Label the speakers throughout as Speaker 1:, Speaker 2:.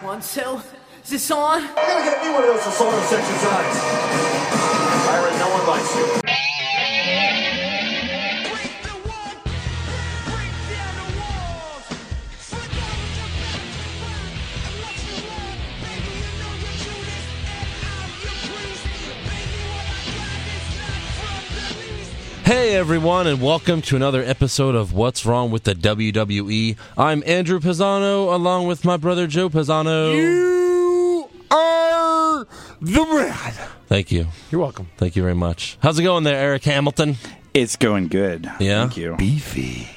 Speaker 1: one, so is this on?
Speaker 2: You're gonna get me one of those assault section signs. Byron, no one likes you.
Speaker 3: Break the wall, break down the walls. Slip out with your back to burn and watch me run. Baby, you know your Judas and I'm your priest. Baby, what I got is not from the least.
Speaker 4: Hey everyone, and welcome to another episode of What's Wrong with the WWE. I'm Andrew Pisano, along with my brother Joe Pisano.
Speaker 5: You are the man.
Speaker 4: Thank you,
Speaker 5: You're welcome.
Speaker 4: thank you very much. How's it going there, Eric Hamilton?
Speaker 6: It's going good.
Speaker 4: Yeah?
Speaker 6: Thank you.
Speaker 4: Beefy.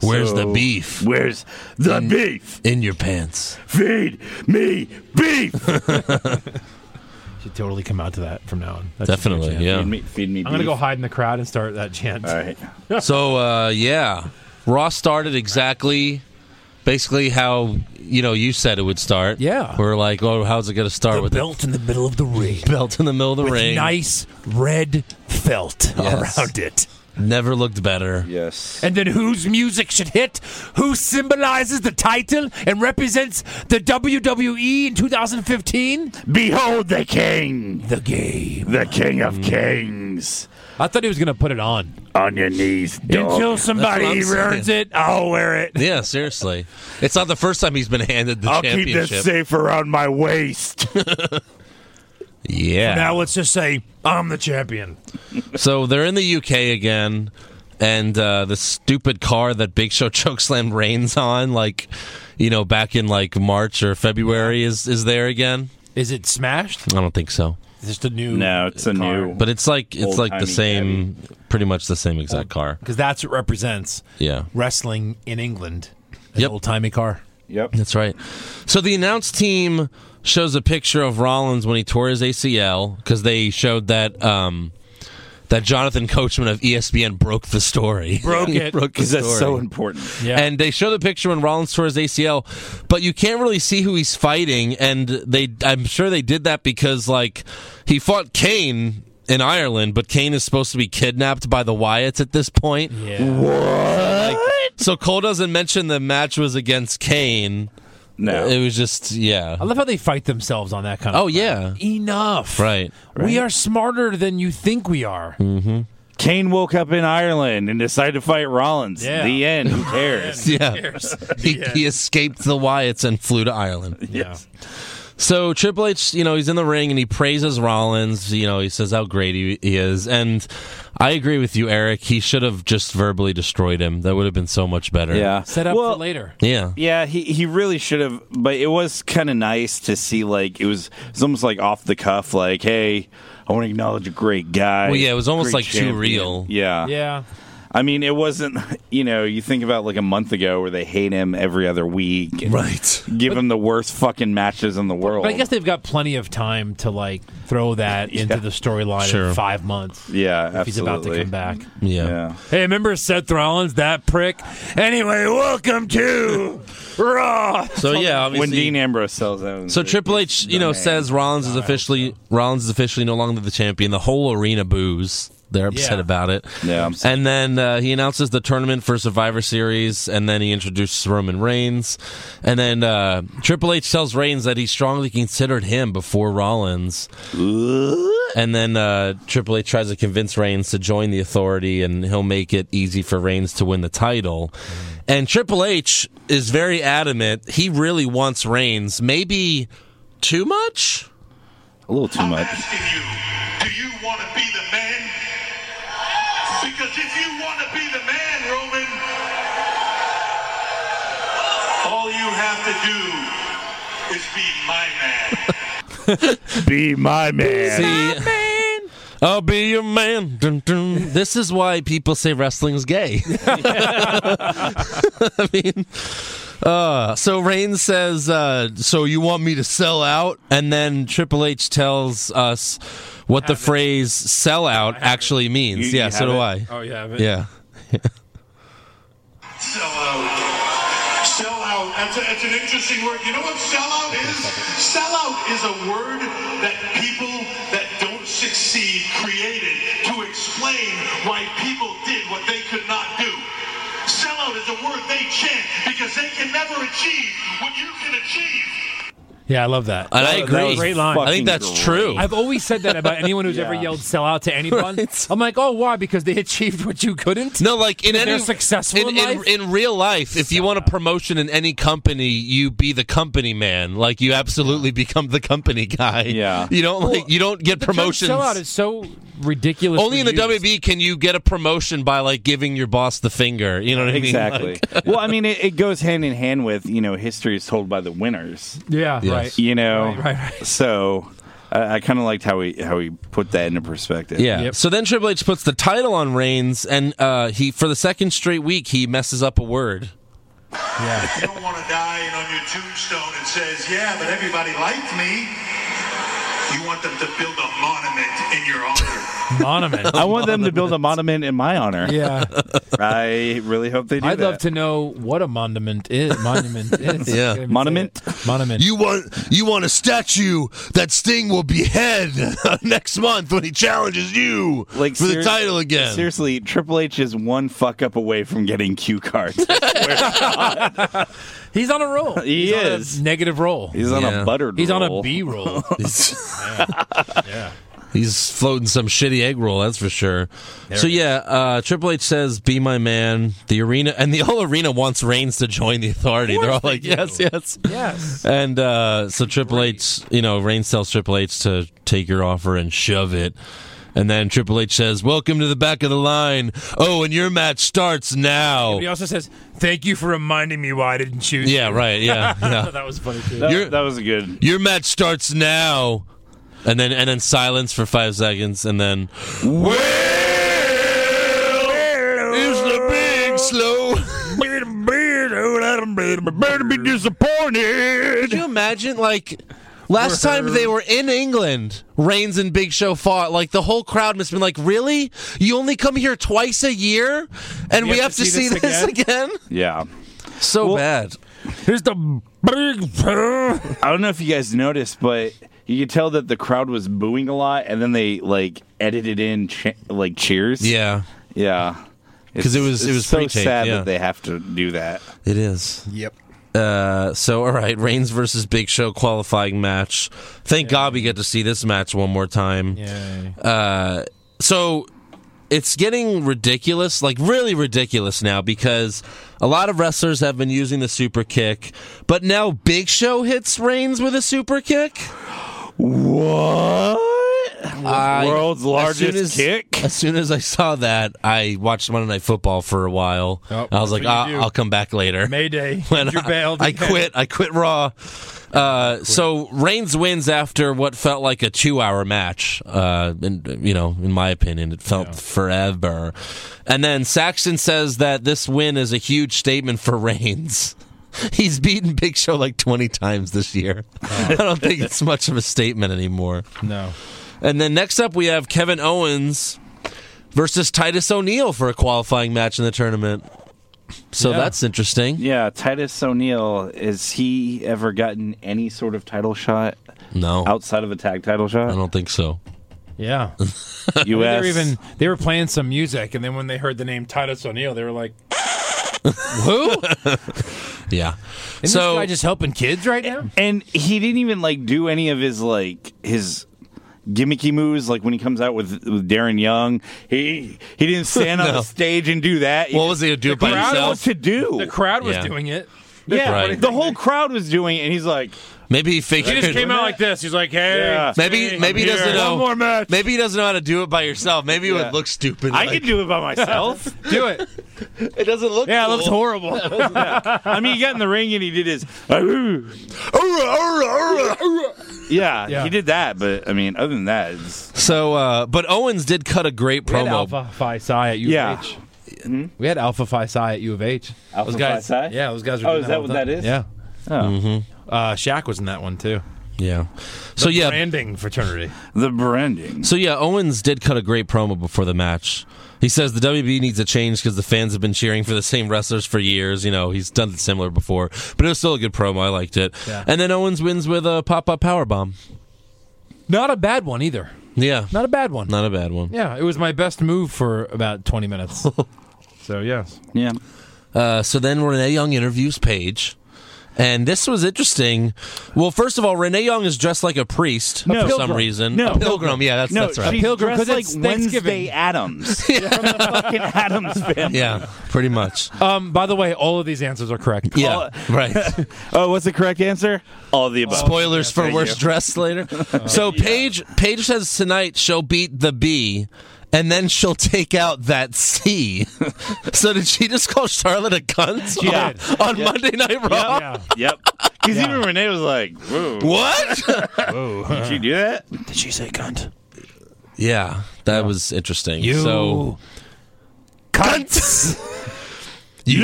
Speaker 4: Where's the
Speaker 6: So-
Speaker 4: beef
Speaker 6: Where's the beef?
Speaker 4: in your pants?
Speaker 6: Feed me beef.
Speaker 5: Should totally come out to that from now on. That should be your
Speaker 4: Definitely,
Speaker 5: jam.
Speaker 6: Feed
Speaker 4: yeah.
Speaker 6: me, feed me beef.
Speaker 5: I'm gonna go hide in the crowd and start that chant.
Speaker 6: All right.
Speaker 4: So, uh, yeah, Raw started exactly, basically how you know you said it would start.
Speaker 5: Yeah.
Speaker 4: we're like, oh, how's it going to start with
Speaker 7: belt in the middle of the ring.
Speaker 4: the belt in the middle of the
Speaker 7: With
Speaker 4: ring?
Speaker 7: nice red felt
Speaker 4: Yes.
Speaker 7: around it.
Speaker 4: Never looked better.
Speaker 6: Yes.
Speaker 7: And then whose music should hit? Who symbolizes the title and represents the WWE in 2015?
Speaker 6: Behold the king,
Speaker 7: The game.
Speaker 6: the king of
Speaker 4: Mm.
Speaker 6: kings.
Speaker 5: I thought he was gonna put it on.
Speaker 6: On your knees,
Speaker 7: Until
Speaker 6: dog.
Speaker 7: somebody
Speaker 4: That's what I'm
Speaker 7: earns
Speaker 4: saying.
Speaker 7: it, I'll wear it.
Speaker 4: Yeah, seriously. It's not the first time he's been handed the
Speaker 6: I'll keep
Speaker 4: championship.
Speaker 6: this safe around my waist.
Speaker 4: Yeah.
Speaker 7: Now let's just say I'm the champion.
Speaker 4: so they're in the UK again, and uh, the stupid car that Big Show chokeslam rains on, like, you know, back in like March or February, is is there again?
Speaker 5: Is it smashed?
Speaker 4: I don't think so.
Speaker 5: It's just a new.
Speaker 6: no, it's a new.
Speaker 4: But it's like it's like the
Speaker 6: Old-timey
Speaker 4: same, pretty much the same
Speaker 5: Oh.
Speaker 4: exact car.
Speaker 5: Because that's what represents
Speaker 4: Yeah.
Speaker 5: wrestling in England. An
Speaker 4: Yep.
Speaker 5: old timey car.
Speaker 6: yep.
Speaker 4: That's right. So the announced team shows a picture of Rollins when he tore his ACL because they showed that um, that Jonathan Coachman of E ESPN broke the story.
Speaker 5: Broke
Speaker 4: He
Speaker 5: it.
Speaker 4: broke the
Speaker 6: Because that's so
Speaker 4: story.
Speaker 6: important.
Speaker 5: Yeah.
Speaker 4: And they show the picture when Rollins tore his ACL, but you can't really see who he's fighting. And they, I'm sure they did that because like he fought Kane in Ireland, but Kane is supposed to be kidnapped by the Wyatts at this point. So Cole doesn't mention the match was against Kane.
Speaker 6: No.
Speaker 4: It was just yeah.
Speaker 5: I love how they fight themselves on that kind of.
Speaker 4: Oh yeah.
Speaker 5: Enough.
Speaker 4: Right.
Speaker 5: We are smarter than you think we are.
Speaker 7: Mm.
Speaker 6: Kane woke up in Ireland and decided to fight Rollins.
Speaker 5: Yeah.
Speaker 6: The end. Who cares?
Speaker 4: Yeah. He, he escaped the Wyatts and flew to Ireland.
Speaker 6: yes.
Speaker 4: So Triple H, you know, he's in the ring and he praises Rollins. You know, he says how great he, he is. And I agree with you, Eric. He should have just verbally destroyed him. That would have been so much better.
Speaker 6: Yeah.
Speaker 5: Set up
Speaker 6: Well,
Speaker 5: for later.
Speaker 4: Yeah.
Speaker 6: Yeah, he, he really should have, but it was kind of nice to see. Like it was, it was almost like off the cuff. Like, hey, I want to acknowledge a great guy.
Speaker 4: Well, yeah, it was almost
Speaker 6: great
Speaker 4: like too real.
Speaker 6: Yeah,
Speaker 5: Yeah.
Speaker 6: I mean, it wasn't. You know, you think about like a month ago where they hate him every other week, and
Speaker 4: Right.
Speaker 6: Give him the worst fucking matches in the world.
Speaker 5: But I guess they've got plenty of time to like throw that into
Speaker 6: Yeah.
Speaker 5: the storyline
Speaker 4: Sure.
Speaker 5: in five months.
Speaker 6: yeah,
Speaker 5: if
Speaker 6: absolutely.
Speaker 5: he's about to come back.
Speaker 4: Yeah.
Speaker 6: Yeah,
Speaker 7: Hey, remember Seth Rollins, that prick? Anyway, welcome to Raw.
Speaker 4: So yeah, obviously.
Speaker 6: when Dean Ambrose sells out.
Speaker 4: so Triple H, you know, says Rollins is officially Rollins is officially no longer the champion. The whole arena boos. They're upset
Speaker 5: Yeah.
Speaker 4: about it.
Speaker 6: Yeah.
Speaker 4: And then uh, he announces the tournament for Survivor Series, and then he introduces Roman Reigns. And then uh, Triple H tells Reigns that he strongly considered him before Rollins. And then uh, Triple H tries to convince Reigns to join the authority, and he'll make it easy for Reigns to win the title. And Triple H is very adamant. He really wants Reigns. Maybe too much?
Speaker 6: a little too much.
Speaker 8: I'm asking you, do you want to be the man? Because if you want to be the man, Roman, all you have to do is be my man.
Speaker 6: Be my man.
Speaker 4: See, I'll be your man. Dun, dun. This is why people say wrestling's gay. I mean, uh, so Reigns says, uh, "So you want me to sell out?" And then Triple H tells us what the phrase "sell out" actually means.
Speaker 6: You-
Speaker 4: yeah,
Speaker 6: you
Speaker 4: so do
Speaker 6: have
Speaker 4: I.
Speaker 5: Oh yeah.
Speaker 4: Yeah,
Speaker 8: Sell out. Sell out. um, That's, a, that's an interesting word. You know what sell out is? Sell out is a word that people that don't succeed created to explain why people did what they could not do. Sell out is a word they chant because they can never achieve what you can achieve.
Speaker 7: Yeah, I love that.
Speaker 4: And I
Speaker 6: That
Speaker 4: agree.
Speaker 6: was
Speaker 7: Great line.
Speaker 4: I think
Speaker 6: fucking
Speaker 4: that's
Speaker 6: great.
Speaker 4: true.
Speaker 7: I've always said that about anyone who's ever
Speaker 6: Yeah.
Speaker 7: yelled "sell out" to anyone. I'm like, oh, why? Because they achieved what you couldn't.
Speaker 4: No, like in
Speaker 7: If
Speaker 4: any
Speaker 7: they're successful
Speaker 4: in,
Speaker 7: in life?
Speaker 4: in real life, if you want a promotion in any company, you be the company man. Like you absolutely become the company guy.
Speaker 6: Yeah.
Speaker 4: you don't like you don't get
Speaker 7: the term
Speaker 4: promotions.
Speaker 7: "Sell out" is so ridiculous.
Speaker 4: Only in the WB can you get a promotion by like giving your boss the finger. You know what I mean?
Speaker 6: Exactly. well, I mean, it, it goes hand in hand with you know history is told by the winners.
Speaker 7: Yeah,
Speaker 4: Yes.
Speaker 7: right.
Speaker 6: You know,
Speaker 7: Right, right, right.
Speaker 6: so I, I kind of liked how he how he put that into perspective.
Speaker 4: Yeah.
Speaker 7: Yep.
Speaker 4: So then Triple H puts the title on Reigns, and uh, he for the second straight week he messes up a word.
Speaker 7: Yeah.
Speaker 8: You don't want to die and on your tombstone it says, yeah, but everybody liked me. You want them to build a monument in your honor.
Speaker 7: Monument.
Speaker 6: I want them to build a monument in my honor.
Speaker 7: yeah.
Speaker 6: I really hope they do.
Speaker 7: I'd
Speaker 6: that.
Speaker 7: love to know what a monument is. Monument is.
Speaker 4: Yeah.
Speaker 7: I can't even say
Speaker 6: Monument?
Speaker 7: it. Monument.
Speaker 4: You want you want a statue that Sting will behead next month when he challenges you
Speaker 6: Like
Speaker 4: for the
Speaker 6: serious-
Speaker 4: title again.
Speaker 6: Seriously, Triple H is one fuck up away from getting cue cards.
Speaker 7: He's on a roll.
Speaker 6: He
Speaker 7: He's on a
Speaker 6: is.
Speaker 7: negative roll.
Speaker 6: He's on
Speaker 4: Yeah.
Speaker 6: a buttered.
Speaker 7: He's on a
Speaker 6: roll.
Speaker 7: B roll.
Speaker 4: He's floating some shitty egg roll, that's for sure. so yeah, uh, Triple H says, "Be my man." The arena and the whole arena wants Reigns to join the Authority. They're all like, "Yes, yes."
Speaker 7: yes.
Speaker 4: And uh, so Triple H, you know, Reigns tells Triple H to take your offer and shove it. And then Triple H says, "Welcome to the back of the line." Oh, and your match starts now.
Speaker 7: He also says, "Thank you for reminding me why I didn't choose."
Speaker 4: Yeah, right. Yeah, yeah.
Speaker 7: that was funny too.
Speaker 6: That,
Speaker 4: You're-
Speaker 6: that was a good.
Speaker 4: Your match starts now. And then and then silence for five seconds, and then well, is the big slow.
Speaker 6: Better be disappointed.
Speaker 4: Could you imagine like last time they were in England, Reigns and Big Show fought, like the whole crowd must have been like, Really? You only come here twice a year and we have, to, see, this, again?
Speaker 6: Yeah.
Speaker 4: So
Speaker 6: Well-
Speaker 4: bad.
Speaker 7: Here's the big.
Speaker 6: I don't know if you guys noticed, but you could tell that the crowd was booing a lot, and then they like edited in che- like cheers.
Speaker 4: Yeah.
Speaker 6: yeah.
Speaker 4: 'Cause it was-
Speaker 6: It's-
Speaker 4: it
Speaker 6: it's
Speaker 4: was
Speaker 6: so
Speaker 4: pre-taped,
Speaker 6: sad
Speaker 4: yeah.
Speaker 6: that they have to do that.
Speaker 4: It is. Yep. Uh, so all right, Reigns versus Big Show qualifying match. Thank God we get to see this match one more time.
Speaker 7: Yeah.
Speaker 4: so it's getting ridiculous, like really ridiculous now because a lot of wrestlers have been using the super kick, but now Big Show hits Reigns with a super kick.
Speaker 6: What? World's
Speaker 4: as
Speaker 6: largest
Speaker 4: soon as-
Speaker 6: kick.
Speaker 4: As soon as I saw that, I watched Monday Night Football for a while.
Speaker 7: Oh,
Speaker 4: I was like,
Speaker 7: that's what you
Speaker 4: "Ah,
Speaker 7: do.
Speaker 4: I'll come back later.
Speaker 7: Mayday.
Speaker 4: When
Speaker 7: You're
Speaker 4: I,
Speaker 7: bailed.
Speaker 4: I quit. I quit Raw. Uh, so Reigns wins after what felt like a two-hour match. Uh, and you know, in my opinion, it felt forever. And then Saxton says that this win is a huge statement for Reigns. He's beaten Big Show like twenty times this year. I don't think it's much of a statement anymore.
Speaker 7: No.
Speaker 4: And then next up, we have Kevin Owens versus Titus O'Neil for a qualifying match in the tournament. So
Speaker 7: Yeah.
Speaker 4: that's interesting.
Speaker 6: Yeah, Titus O'Neil. Has he ever gotten any sort of title shot
Speaker 4: No,
Speaker 6: outside of a tag title
Speaker 4: I
Speaker 6: shot?
Speaker 4: don't think so.
Speaker 7: Yeah. they
Speaker 6: U.S.
Speaker 7: were even they were playing some music, and then when they heard the name Titus O'Neil, they were like, "Who? Isn't
Speaker 4: Yeah.
Speaker 7: this
Speaker 4: so
Speaker 7: guy just helping kids right now?"
Speaker 6: and he didn't even like do any of his like his gimmicky moves like when he comes out with, with Darren Young he he didn't stand on
Speaker 4: No.
Speaker 6: the stage and do that
Speaker 4: what was he gonna do it by
Speaker 6: I don't know what
Speaker 4: himself?
Speaker 6: to do
Speaker 7: The crowd was
Speaker 4: Yeah.
Speaker 7: doing it.
Speaker 6: yeah
Speaker 4: Right.
Speaker 6: the whole crowd was doing it and he's like
Speaker 4: Maybe he
Speaker 7: He
Speaker 4: figured.
Speaker 7: just came out like this. He's like, "Hey,
Speaker 6: Yeah.
Speaker 7: it's
Speaker 4: maybe
Speaker 7: me,
Speaker 4: maybe he
Speaker 7: I'm
Speaker 4: doesn't
Speaker 7: here."
Speaker 4: know.
Speaker 7: One more match.
Speaker 4: Maybe he doesn't know how to do it by yourself. Maybe it
Speaker 6: Yeah.
Speaker 4: would look stupid.
Speaker 6: I
Speaker 4: like,
Speaker 6: can do it by myself
Speaker 7: Do it.
Speaker 4: It doesn't look.
Speaker 7: Yeah, it
Speaker 4: cool.
Speaker 7: looks horrible.
Speaker 6: I mean he got in the ring and he did his "Arr, arr, arr, arr." yeah,
Speaker 7: Yeah.
Speaker 6: he did that but I mean other than that it's,
Speaker 4: So, uh, but Owens did cut a great
Speaker 7: We had
Speaker 4: promo.
Speaker 7: Alpha Phi Psi at U of
Speaker 6: Yeah.
Speaker 7: H. We had Alpha Phi Psi at U of H.
Speaker 6: Hmm? Alpha
Speaker 7: those guys,
Speaker 6: Phi Psi?
Speaker 7: Yeah, those guys. Were
Speaker 6: Oh,
Speaker 7: doing
Speaker 6: is that
Speaker 7: all
Speaker 6: what
Speaker 7: the
Speaker 6: that
Speaker 7: time.
Speaker 6: is?
Speaker 7: Yeah.
Speaker 6: oh.
Speaker 7: Uh, Shaq was in that one too.
Speaker 4: Yeah. So yeah,
Speaker 7: Branding fraternity.
Speaker 6: the branding
Speaker 4: So yeah, Owens did cut a great promo before the match. He says the WB needs a change because the fans have been cheering for the same wrestlers for years. You know, he's done it similar before, but it was still a good promo. I liked it.
Speaker 7: Yeah.
Speaker 4: And then Owens wins with a pop up power bomb.
Speaker 7: Not a bad one either.
Speaker 4: Yeah,
Speaker 7: Not a bad one.
Speaker 4: not a bad one.
Speaker 7: Yeah, it was my best move for about 20 minutes. so, yes.
Speaker 6: yeah
Speaker 4: Uh, so then Renee Young interviews Paige, And this was interesting. Well, first of all, Renee Young is dressed like a priest
Speaker 6: No.
Speaker 4: for some
Speaker 6: Pilgrim.
Speaker 4: reason.
Speaker 6: No.
Speaker 4: A pilgrim. Yeah, that's
Speaker 6: No,
Speaker 4: that's right.
Speaker 6: she's
Speaker 7: Pilgrim,
Speaker 6: dressed
Speaker 7: 'cause
Speaker 6: like
Speaker 7: it's
Speaker 6: Wednesday
Speaker 7: Thanksgiving.
Speaker 6: Adams from the fucking Adams family.
Speaker 4: yeah, pretty much.
Speaker 7: Um, by the way, all of these answers are correct.
Speaker 4: Yeah, right.
Speaker 6: Oh, what's the correct answer? All of the above.
Speaker 4: Spoilers for worst dressed later.
Speaker 6: Oh,
Speaker 4: So Paige Paige says tonight she'll beat the B and then she'll take out that C. so did she just call Charlotte a cunt
Speaker 7: She
Speaker 4: on,
Speaker 7: did.
Speaker 4: on Monday Night Raw?
Speaker 7: Oh, Yeah.
Speaker 6: Yep. Because even Renee was like, "Whoa,
Speaker 4: What?
Speaker 6: did she do that?"
Speaker 7: Did she say cunt?
Speaker 4: yeah, that was interesting.
Speaker 7: You.
Speaker 4: So
Speaker 7: Cunts.
Speaker 4: you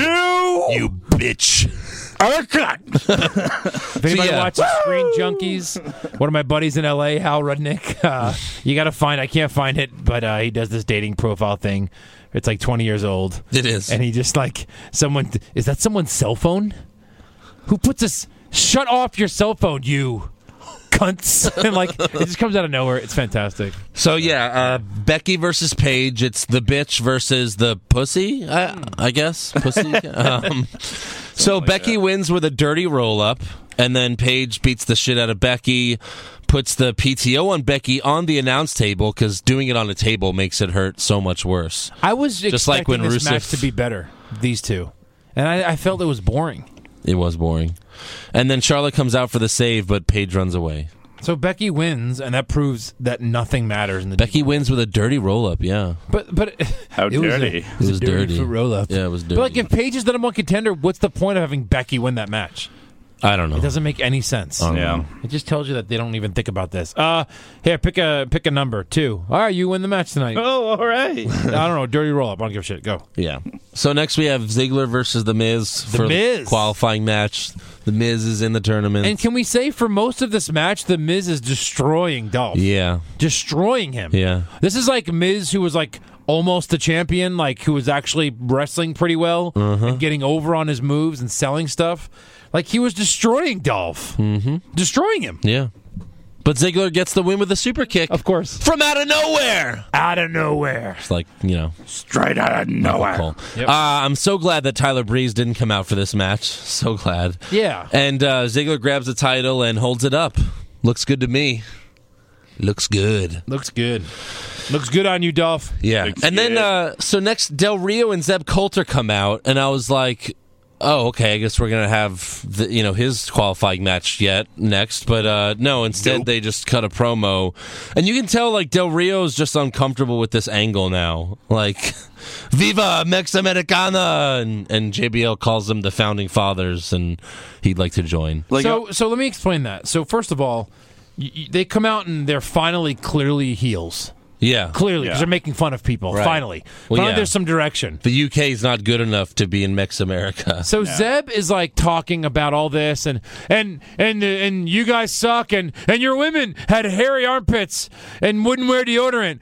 Speaker 4: you bitch.
Speaker 7: if anybody
Speaker 4: yeah.
Speaker 7: watches Screen Junkies, one of my buddies in LA, Hal Rudnick, uh, you got to find, I can't find it, but uh, he does this dating profile thing. It's like 20 years old.
Speaker 4: It is.
Speaker 7: And he just like, someone, is that someone's cell phone? Who puts this, shut off your cell phone, you cunts. And like, it just comes out of nowhere. It's fantastic.
Speaker 4: So yeah, uh, Becky versus Paige. It's the bitch versus the pussy. I, I guess pussy. um, so Becky wins with a dirty roll up, and then Paige beats the shit out of Becky, puts the PTO on Becky on the announce table because doing it on a table makes it hurt so much worse.
Speaker 7: I was
Speaker 4: Just like
Speaker 7: expecting
Speaker 4: when
Speaker 7: this match
Speaker 4: Rusev-
Speaker 7: to be better, these two. And I, I felt it was boring.
Speaker 4: It was boring, and then Charlotte comes out for the save, but Paige runs away.
Speaker 7: So Becky wins, and that proves that nothing matters in the
Speaker 4: Becky wins with a dirty roll up. Yeah,
Speaker 7: But but
Speaker 6: How
Speaker 7: it was a-
Speaker 6: dirty.
Speaker 7: it was,
Speaker 4: It was
Speaker 7: a dirty,
Speaker 4: dirty.
Speaker 7: foot roll up.
Speaker 4: Yeah, it was
Speaker 7: But like
Speaker 4: dirty.
Speaker 7: if Paige is the number one contender, what's the point of having Becky win that match?
Speaker 4: I don't know.
Speaker 7: It doesn't make any sense.
Speaker 4: Uh.
Speaker 6: Yeah.
Speaker 7: It just tells you that they don't even think about this. Uh, here, pick a pick a number two. All right, you win the match tonight.
Speaker 6: Oh, all right.
Speaker 7: I don't know, dirty roll up. I don't give a shit. Go.
Speaker 4: Yeah. So next we have Ziggler versus The Miz for
Speaker 7: Miz.
Speaker 4: qualifying match. The Miz is in the tournament.
Speaker 7: And can we say for most of this match, the Miz is destroying Dolph,
Speaker 4: yeah.
Speaker 7: destroying him.
Speaker 4: Yeah.
Speaker 7: This is like Miz, who was like almost the champion, like who was actually wrestling pretty well and getting over on his moves and selling stuff. Like he was destroying Dolph, mm-hmm. destroying him.
Speaker 4: Yeah. But Ziggler gets the win with a super kick
Speaker 7: Of course,
Speaker 4: from out of nowhere.
Speaker 7: out of nowhere.
Speaker 4: It's like, you know,
Speaker 6: Straight out of nowhere.
Speaker 4: cool. Uh, I'm so glad that Tyler Breeze didn't come out for this match. So glad.
Speaker 7: Yeah.
Speaker 4: And uh, Ziggler grabs the title and holds it up. Looks good to me. Looks good.
Speaker 7: Looks good. Looks good on you, Dolph.
Speaker 4: Yeah.
Speaker 6: Looks
Speaker 4: and then
Speaker 6: good.
Speaker 4: uh so next Del Rio and Zeb Coulter come out and I was like, "Oh, okay, I guess we're going to have the, you know his qualifying match yet next." But uh no, instead they just cut a promo. And you can tell like Del Rio's just uncomfortable with this angle now. Like Viva Mex Americana and, and JBL calls them the founding fathers and he'd like to join.
Speaker 6: Like,
Speaker 7: so, so let me explain that. So, first of all, y- y- they come out and they're finally clearly heels.
Speaker 4: Yeah.
Speaker 7: Clearly, because
Speaker 6: Yeah.
Speaker 7: they're making fun of people. Finally,
Speaker 4: Well,
Speaker 7: finally,
Speaker 4: yeah.
Speaker 7: there's some direction.
Speaker 4: The UK is not good enough to be in Mex America.
Speaker 7: So Zeb is like talking about all this and and and and you guys suck and and your women had hairy armpits and wouldn't wear deodorant.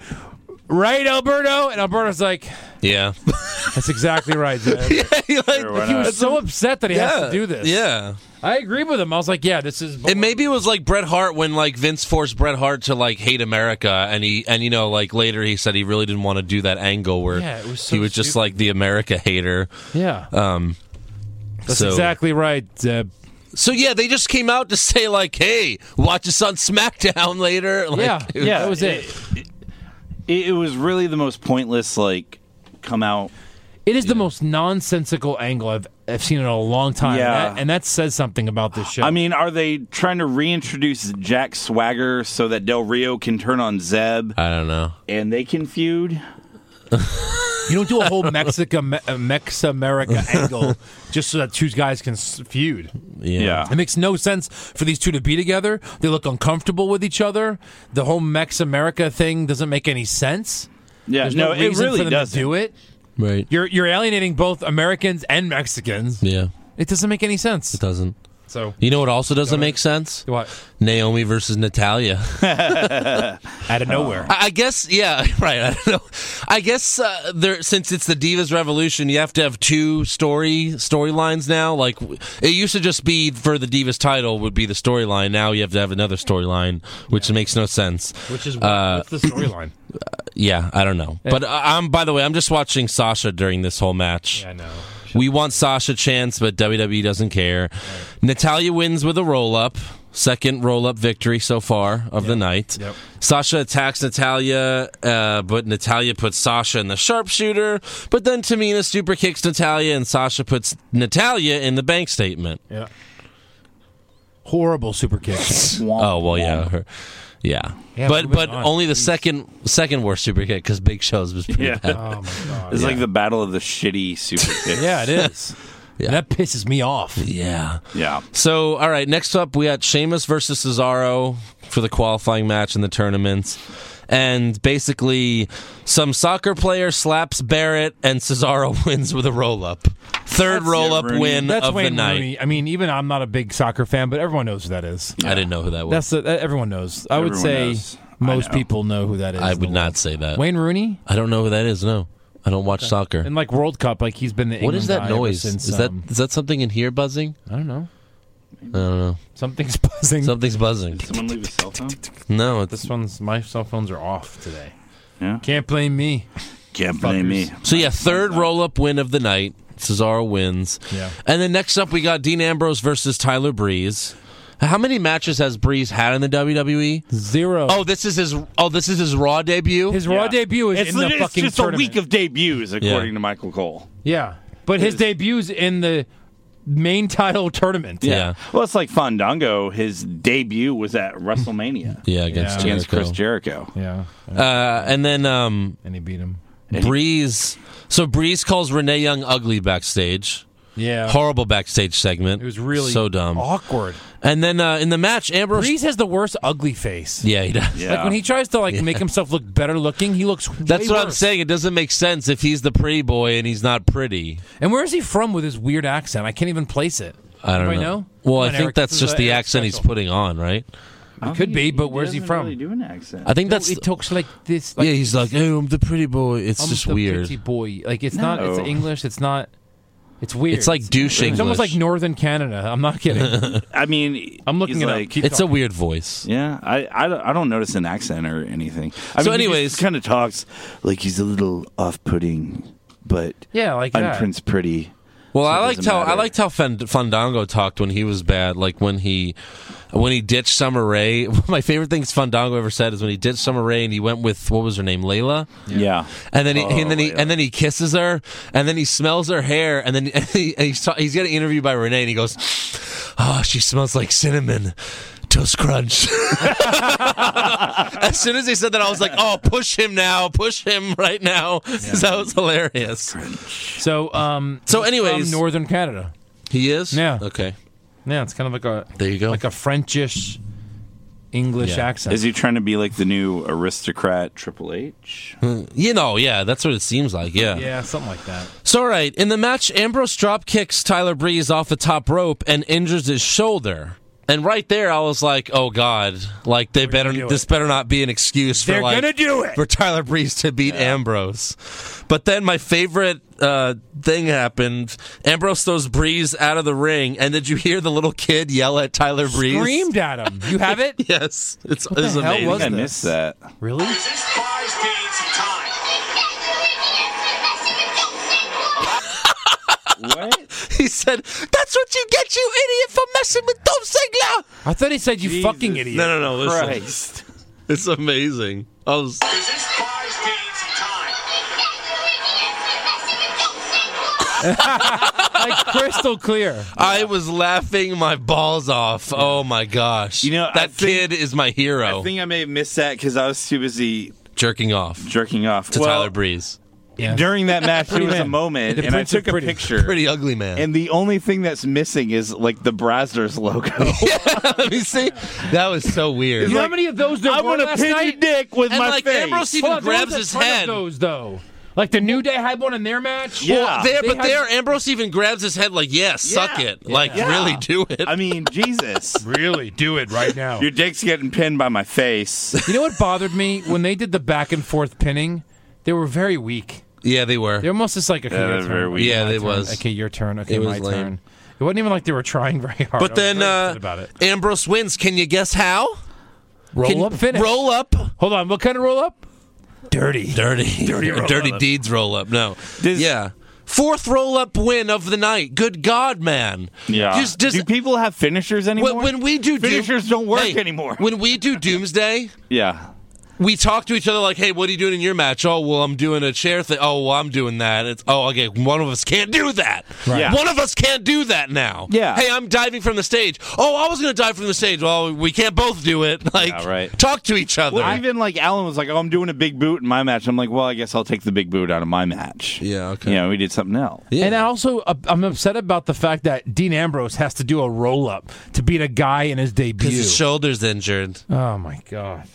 Speaker 7: Right, Alberto? And Alberto's like,
Speaker 4: Yeah.
Speaker 7: that's exactly right, Zeb.
Speaker 4: Like,
Speaker 6: why
Speaker 7: He
Speaker 6: not?
Speaker 7: was so upset that he has to do this.
Speaker 4: Yeah.
Speaker 7: I agree with him. I was like, yeah, this is
Speaker 4: It maybe it was like Bret Hart when like Vince forced Bret Hart to like hate America and he and you know like later he said he really didn't want to do that angle where
Speaker 7: Yeah, it was so
Speaker 4: he was just
Speaker 7: stupid.
Speaker 4: like the America hater.
Speaker 7: Yeah.
Speaker 4: Um
Speaker 7: that's
Speaker 4: so,
Speaker 7: exactly right, Zeb.
Speaker 4: So yeah, they just came out to say like, "Hey, watch us on SmackDown later." Like,
Speaker 7: yeah.
Speaker 4: it was-
Speaker 7: yeah. That was it.
Speaker 6: it, it was really the most pointless, like, come out.
Speaker 7: It is the most nonsensical angle I've I've seen in a long time.
Speaker 6: Yeah.
Speaker 7: That- and that says something about this show.
Speaker 6: I mean, are they trying to reintroduce Jack Swagger so that Del Rio can turn on Zeb
Speaker 4: I don't know.
Speaker 6: and they can feud?
Speaker 7: You don't do a whole Mexico Me- uh, Mex America angle just so that two guys can s- feud.
Speaker 4: Yeah.
Speaker 7: It makes no sense for these two to be together. They look uncomfortable with each other. The whole Mex America thing doesn't make any sense.
Speaker 6: Yeah,
Speaker 7: There's
Speaker 6: no,
Speaker 7: no,
Speaker 6: it
Speaker 7: reason for
Speaker 6: really
Speaker 7: them
Speaker 6: doesn't.
Speaker 7: to do it.
Speaker 4: Right.
Speaker 7: You're you're alienating both Americans and Mexicans.
Speaker 4: yeah.
Speaker 7: It doesn't make any sense.
Speaker 4: Doesn't.
Speaker 7: So
Speaker 4: You know what also doesn't make sense?
Speaker 7: what?
Speaker 4: Naomi versus Natalia.
Speaker 7: Out of nowhere.
Speaker 4: I I guess, yeah, right. I don't know. I guess uh, there, since it's the Divas Revolution, you have to have two story storylines now. Like w- it used to just be for the Divas title would be the storyline. Now you have to have another storyline, which makes no sense.
Speaker 7: Which is what's the storyline?
Speaker 4: Yeah, I don't know. But I- I'm by the way, I'm just watching Sasha during this whole match.
Speaker 7: I know.
Speaker 4: We want Sasha chance, but WWE doesn't care. Natalia wins with a roll up. Second roll up victory so far of the night.
Speaker 7: Yep.
Speaker 4: Sasha attacks Natalia, uh, but Natalia puts Sasha in the sharpshooter. But then Tamina super kicks Natalia, and Sasha puts Natalia in the bank statement.
Speaker 7: Yeah. Horrible super kicks.
Speaker 4: Oh well, yeah, her- yeah.
Speaker 7: Yeah,
Speaker 4: but
Speaker 7: moving
Speaker 4: but
Speaker 7: on.
Speaker 4: only the second second worst super kick because Big Show's was pretty
Speaker 6: Yeah.
Speaker 4: bad.
Speaker 7: oh my god.
Speaker 6: It's like the battle of the shitty super kicks.
Speaker 7: Yeah, it is.
Speaker 4: Yeah.
Speaker 7: That pisses me off.
Speaker 4: Yeah.
Speaker 6: Yeah.
Speaker 4: So, all right, next up we got Sheamus versus Cesaro for the qualifying match in the tournament. And basically, some soccer player slaps Barrett, and Cesaro wins with a roll up. Third
Speaker 6: That's
Speaker 4: roll up
Speaker 6: it, Rooney.
Speaker 4: win
Speaker 7: That's
Speaker 4: of
Speaker 7: Wayne
Speaker 4: the night.
Speaker 7: Rooney. I mean, even I'm not a big soccer fan, but everyone knows who that is.
Speaker 4: I didn't know who that was.
Speaker 7: That's the, that everyone knows. I would
Speaker 6: Everyone
Speaker 7: say
Speaker 6: knows. I
Speaker 7: most
Speaker 6: know.
Speaker 7: people know who that is.
Speaker 4: I
Speaker 7: in the
Speaker 4: would
Speaker 7: world.
Speaker 4: not say that.
Speaker 7: Wayne Rooney
Speaker 4: I don't know who that is. No, I don't watch soccer.
Speaker 7: in like World Cup, like he's been the
Speaker 4: What is
Speaker 7: England guy
Speaker 4: that
Speaker 7: ever
Speaker 4: noise?
Speaker 7: Since,
Speaker 4: is that
Speaker 7: um,
Speaker 4: is that something in here buzzing?
Speaker 7: I don't know.
Speaker 4: I don't know.
Speaker 7: Something's buzzing.
Speaker 4: Something's buzzing.
Speaker 6: Someone leave a cell phone?
Speaker 4: No, it's
Speaker 7: this one's my cell phones are off today.
Speaker 6: Yeah.
Speaker 7: Can't blame me.
Speaker 6: Can't blame me.
Speaker 4: So yeah, third roll up win of the night. Cesaro wins.
Speaker 7: Yeah.
Speaker 4: And then next up we got Dean Ambrose versus Tyler Breeze. How many matches has Breeze had in the WWE?
Speaker 7: Zero.
Speaker 4: Oh, this is his oh, this is his raw debut.
Speaker 7: his raw
Speaker 6: Yeah.
Speaker 7: debut is
Speaker 6: it's
Speaker 7: in
Speaker 6: lit-
Speaker 7: the
Speaker 6: it's
Speaker 7: fucking
Speaker 6: just
Speaker 7: tournament.
Speaker 6: a week of debuts, according to Michael Cole.
Speaker 7: yeah, but his debut's in the main title tournament.
Speaker 4: yeah.
Speaker 6: Well, it's like Fandango. His debut was at WrestleMania
Speaker 4: Yeah, against
Speaker 7: Yeah.
Speaker 4: Jericho.
Speaker 6: against Chris Jericho.
Speaker 7: yeah,
Speaker 4: Uh, and then um,
Speaker 7: and he beat him.
Speaker 4: Breeze so Breeze calls Renee Young ugly backstage.
Speaker 7: Yeah,
Speaker 4: Horrible backstage segment.
Speaker 7: it was really
Speaker 4: so dumb.
Speaker 7: awkward.
Speaker 4: And then uh, in the match, Ambrose
Speaker 7: Breeze has the worst ugly face.
Speaker 4: Yeah, he does.
Speaker 6: Yeah.
Speaker 7: Like when he tries to like make himself look better looking, he looks.
Speaker 4: That's
Speaker 7: way
Speaker 4: what I'm
Speaker 7: worse.
Speaker 4: saying. It doesn't make sense if he's the pretty boy and he's not pretty.
Speaker 7: And where is he from with his weird accent? I can't even place it.
Speaker 4: I don't
Speaker 7: Anybody
Speaker 4: know. Well,
Speaker 7: Come
Speaker 4: I
Speaker 7: on,
Speaker 4: think
Speaker 7: Eric,
Speaker 4: that's
Speaker 7: this is
Speaker 4: just
Speaker 7: a
Speaker 4: the
Speaker 7: Eric
Speaker 4: accent he's
Speaker 7: special.
Speaker 4: putting on, right?
Speaker 7: It could be, but where's he from?
Speaker 6: do an accent.
Speaker 4: I think that's
Speaker 7: it talks like this. Like,
Speaker 4: yeah. He's like, oh, I'm the pretty boy. It's
Speaker 7: I'm
Speaker 4: just
Speaker 7: the
Speaker 4: weird.
Speaker 7: pretty boy. Like it's not. It's
Speaker 6: No.
Speaker 7: English. It's not. It's weird.
Speaker 4: It's like douche
Speaker 7: It's almost
Speaker 4: English.
Speaker 7: like Northern Canada. I'm not kidding.
Speaker 6: I mean,
Speaker 7: I'm looking
Speaker 6: he's
Speaker 7: it up.
Speaker 6: like,
Speaker 7: Keep
Speaker 4: It's a
Speaker 7: talking.
Speaker 4: weird voice.
Speaker 6: Yeah, I, I, don't- I don't notice an accent or anything. I
Speaker 4: So
Speaker 6: mean,
Speaker 4: anyways-
Speaker 6: kind of talks like he's a little off-putting, but
Speaker 7: yeah, like
Speaker 6: I'm
Speaker 7: that.
Speaker 6: Prince Pretty.
Speaker 4: Well,
Speaker 6: So it
Speaker 4: I liked
Speaker 6: doesn't
Speaker 4: how I
Speaker 6: matter.
Speaker 4: liked how Fand- Fandango talked when he was bad. Like when he when he ditched Summer Rae. One of my favorite things Fandango ever said is when he ditched Summer Rae and he went with what was her name, Layla.
Speaker 6: Yeah,
Speaker 4: And then he, and then he
Speaker 6: Layla.
Speaker 4: and then he kisses her, and then he smells her hair, and then and he, and he's, ta- he's got an interview by Renee, and he goes, "Oh, she smells like cinnamon." Toast crunch. as soon as he said that, I was like, "Oh, push him now! Push him right now!" So that was hilarious.
Speaker 7: So, um,
Speaker 4: So
Speaker 7: he's
Speaker 4: anyways-
Speaker 7: from Northern Canada.
Speaker 4: He is.
Speaker 7: Yeah.
Speaker 4: Okay.
Speaker 7: Yeah, it's kind of like a
Speaker 4: There you go.
Speaker 7: like a Frenchish English
Speaker 4: Yeah.
Speaker 7: accent.
Speaker 6: Is he trying to be like the new aristocrat Triple H?
Speaker 4: you know, yeah, that's what it seems like. Yeah.
Speaker 7: yeah, something like that.
Speaker 4: So, all right, in the match, Ambrose drop kicks Tyler Breeze off the top rope and injures his shoulder. And right there, I was like, "Oh God! Like they better
Speaker 7: do it.
Speaker 4: this better not be an excuse for
Speaker 7: They're
Speaker 4: like
Speaker 7: gonna do it.
Speaker 4: for Tyler Breeze to beat Ambrose." But then my favorite uh, thing happened: Ambrose throws Breeze out of the ring, and did you hear the little kid yell at Tyler Breeze?
Speaker 7: Screamed at him. You have it?
Speaker 4: Yes, it's, it's
Speaker 7: the hell
Speaker 4: amazing.
Speaker 7: was
Speaker 6: I
Speaker 7: this?
Speaker 6: missed that.
Speaker 7: really?
Speaker 8: This buys Dean some time.
Speaker 6: What?
Speaker 4: He said, "That's what you get, you idiot, for messing with Dolph Ziggler."
Speaker 7: I thought he said you
Speaker 6: Jesus.
Speaker 7: fucking idiot.
Speaker 4: No, no, no! Listen,
Speaker 6: Christ.
Speaker 4: it's amazing. I was.
Speaker 8: This buys Dean some time.
Speaker 7: Like crystal clear.
Speaker 4: I was laughing my balls off. Oh my gosh.
Speaker 6: You know, I
Speaker 4: that
Speaker 6: think-
Speaker 4: kid is my hero.
Speaker 6: I think I may have missed that because I was too busy
Speaker 4: jerking off
Speaker 6: jerking off
Speaker 4: to
Speaker 6: Well,
Speaker 4: Tyler Breeze.
Speaker 7: Yeah.
Speaker 6: During that match, there was a
Speaker 7: man.
Speaker 6: moment,
Speaker 7: The
Speaker 6: and I
Speaker 7: Prince of
Speaker 6: took a
Speaker 7: Pretty.
Speaker 6: picture.
Speaker 4: Pretty ugly man.
Speaker 6: And the only thing that's missing is like the Brazzers logo.
Speaker 4: Let me see. That was so weird.
Speaker 7: You know how many of those there
Speaker 6: I
Speaker 7: were
Speaker 6: want to
Speaker 7: last
Speaker 6: pin
Speaker 7: night?
Speaker 6: your dick with
Speaker 4: and
Speaker 6: my
Speaker 4: like
Speaker 6: face.
Speaker 4: Ambrose
Speaker 7: Hold
Speaker 4: even
Speaker 7: on, there
Speaker 4: grabs
Speaker 7: was a
Speaker 4: his
Speaker 7: ton of
Speaker 4: head.
Speaker 7: Those though. Like the New Day had one in their match.
Speaker 6: Yeah.
Speaker 4: Well, there,
Speaker 7: They
Speaker 4: but
Speaker 7: had-
Speaker 4: there, Ambrose even grabs his head like, "Yeah, suck it, like
Speaker 6: Yeah.
Speaker 4: really do it."
Speaker 6: I mean, Jesus.
Speaker 5: Really, do it right now.
Speaker 6: Your dick's getting pinned by my face.
Speaker 7: You know what bothered me when they did the back and forth pinning? They were very weak.
Speaker 4: yeah, they were.
Speaker 7: They're almost just like okay,
Speaker 6: Yeah,
Speaker 7: your
Speaker 6: they're
Speaker 7: turn.
Speaker 6: very weak.
Speaker 7: okay,
Speaker 4: Yeah,
Speaker 7: my
Speaker 4: they
Speaker 7: turn.
Speaker 4: was.
Speaker 7: Okay, your turn. Okay,
Speaker 4: It
Speaker 7: my
Speaker 4: was lame.
Speaker 7: turn. It wasn't even like they were trying very hard. I
Speaker 4: But
Speaker 7: was
Speaker 4: then
Speaker 7: very
Speaker 4: uh,
Speaker 7: upset about it.
Speaker 4: Ambrose wins. Can you guess how?
Speaker 7: Roll
Speaker 4: Can-
Speaker 7: up, finish.
Speaker 4: Roll up.
Speaker 7: Hold on. What kind of roll up? Dirty.
Speaker 4: Dirty, dirty, dirty deeds roll up. No,
Speaker 6: Does-
Speaker 4: yeah. Fourth roll up win of the night. Good God, man!
Speaker 6: Yeah.
Speaker 4: just, just
Speaker 6: do people have finishers anymore?
Speaker 4: when, when we do doom-
Speaker 6: Finishers don't work
Speaker 4: Hey,
Speaker 6: anymore.
Speaker 4: When we do Doomsday,
Speaker 6: yeah.
Speaker 4: we talk to each other like, "Hey, what are you doing in your match? Oh, well, I'm doing a chair thing. Oh, well, I'm doing that. It's oh, okay. One of us can't do that.
Speaker 6: Yeah.
Speaker 4: One of us can't do that now.
Speaker 6: Yeah.
Speaker 4: Hey, I'm diving from the stage. Oh, I was gonna dive from the stage. Well, we can't both do it. Like,
Speaker 6: Yeah, right.
Speaker 4: talk to each other.
Speaker 6: Well, even like Alan was like, "Oh, I'm doing a big boot in my match." I'm like, "Well, I guess I'll take the big boot out of my match."
Speaker 4: Yeah, okay.
Speaker 6: You know, we did something else.
Speaker 4: Yeah.
Speaker 7: And I also uh, I'm upset about the fact that Dean Ambrose has to do a roll up to beat a guy in his debut.
Speaker 4: Because his shoulder's injured.
Speaker 7: oh my god.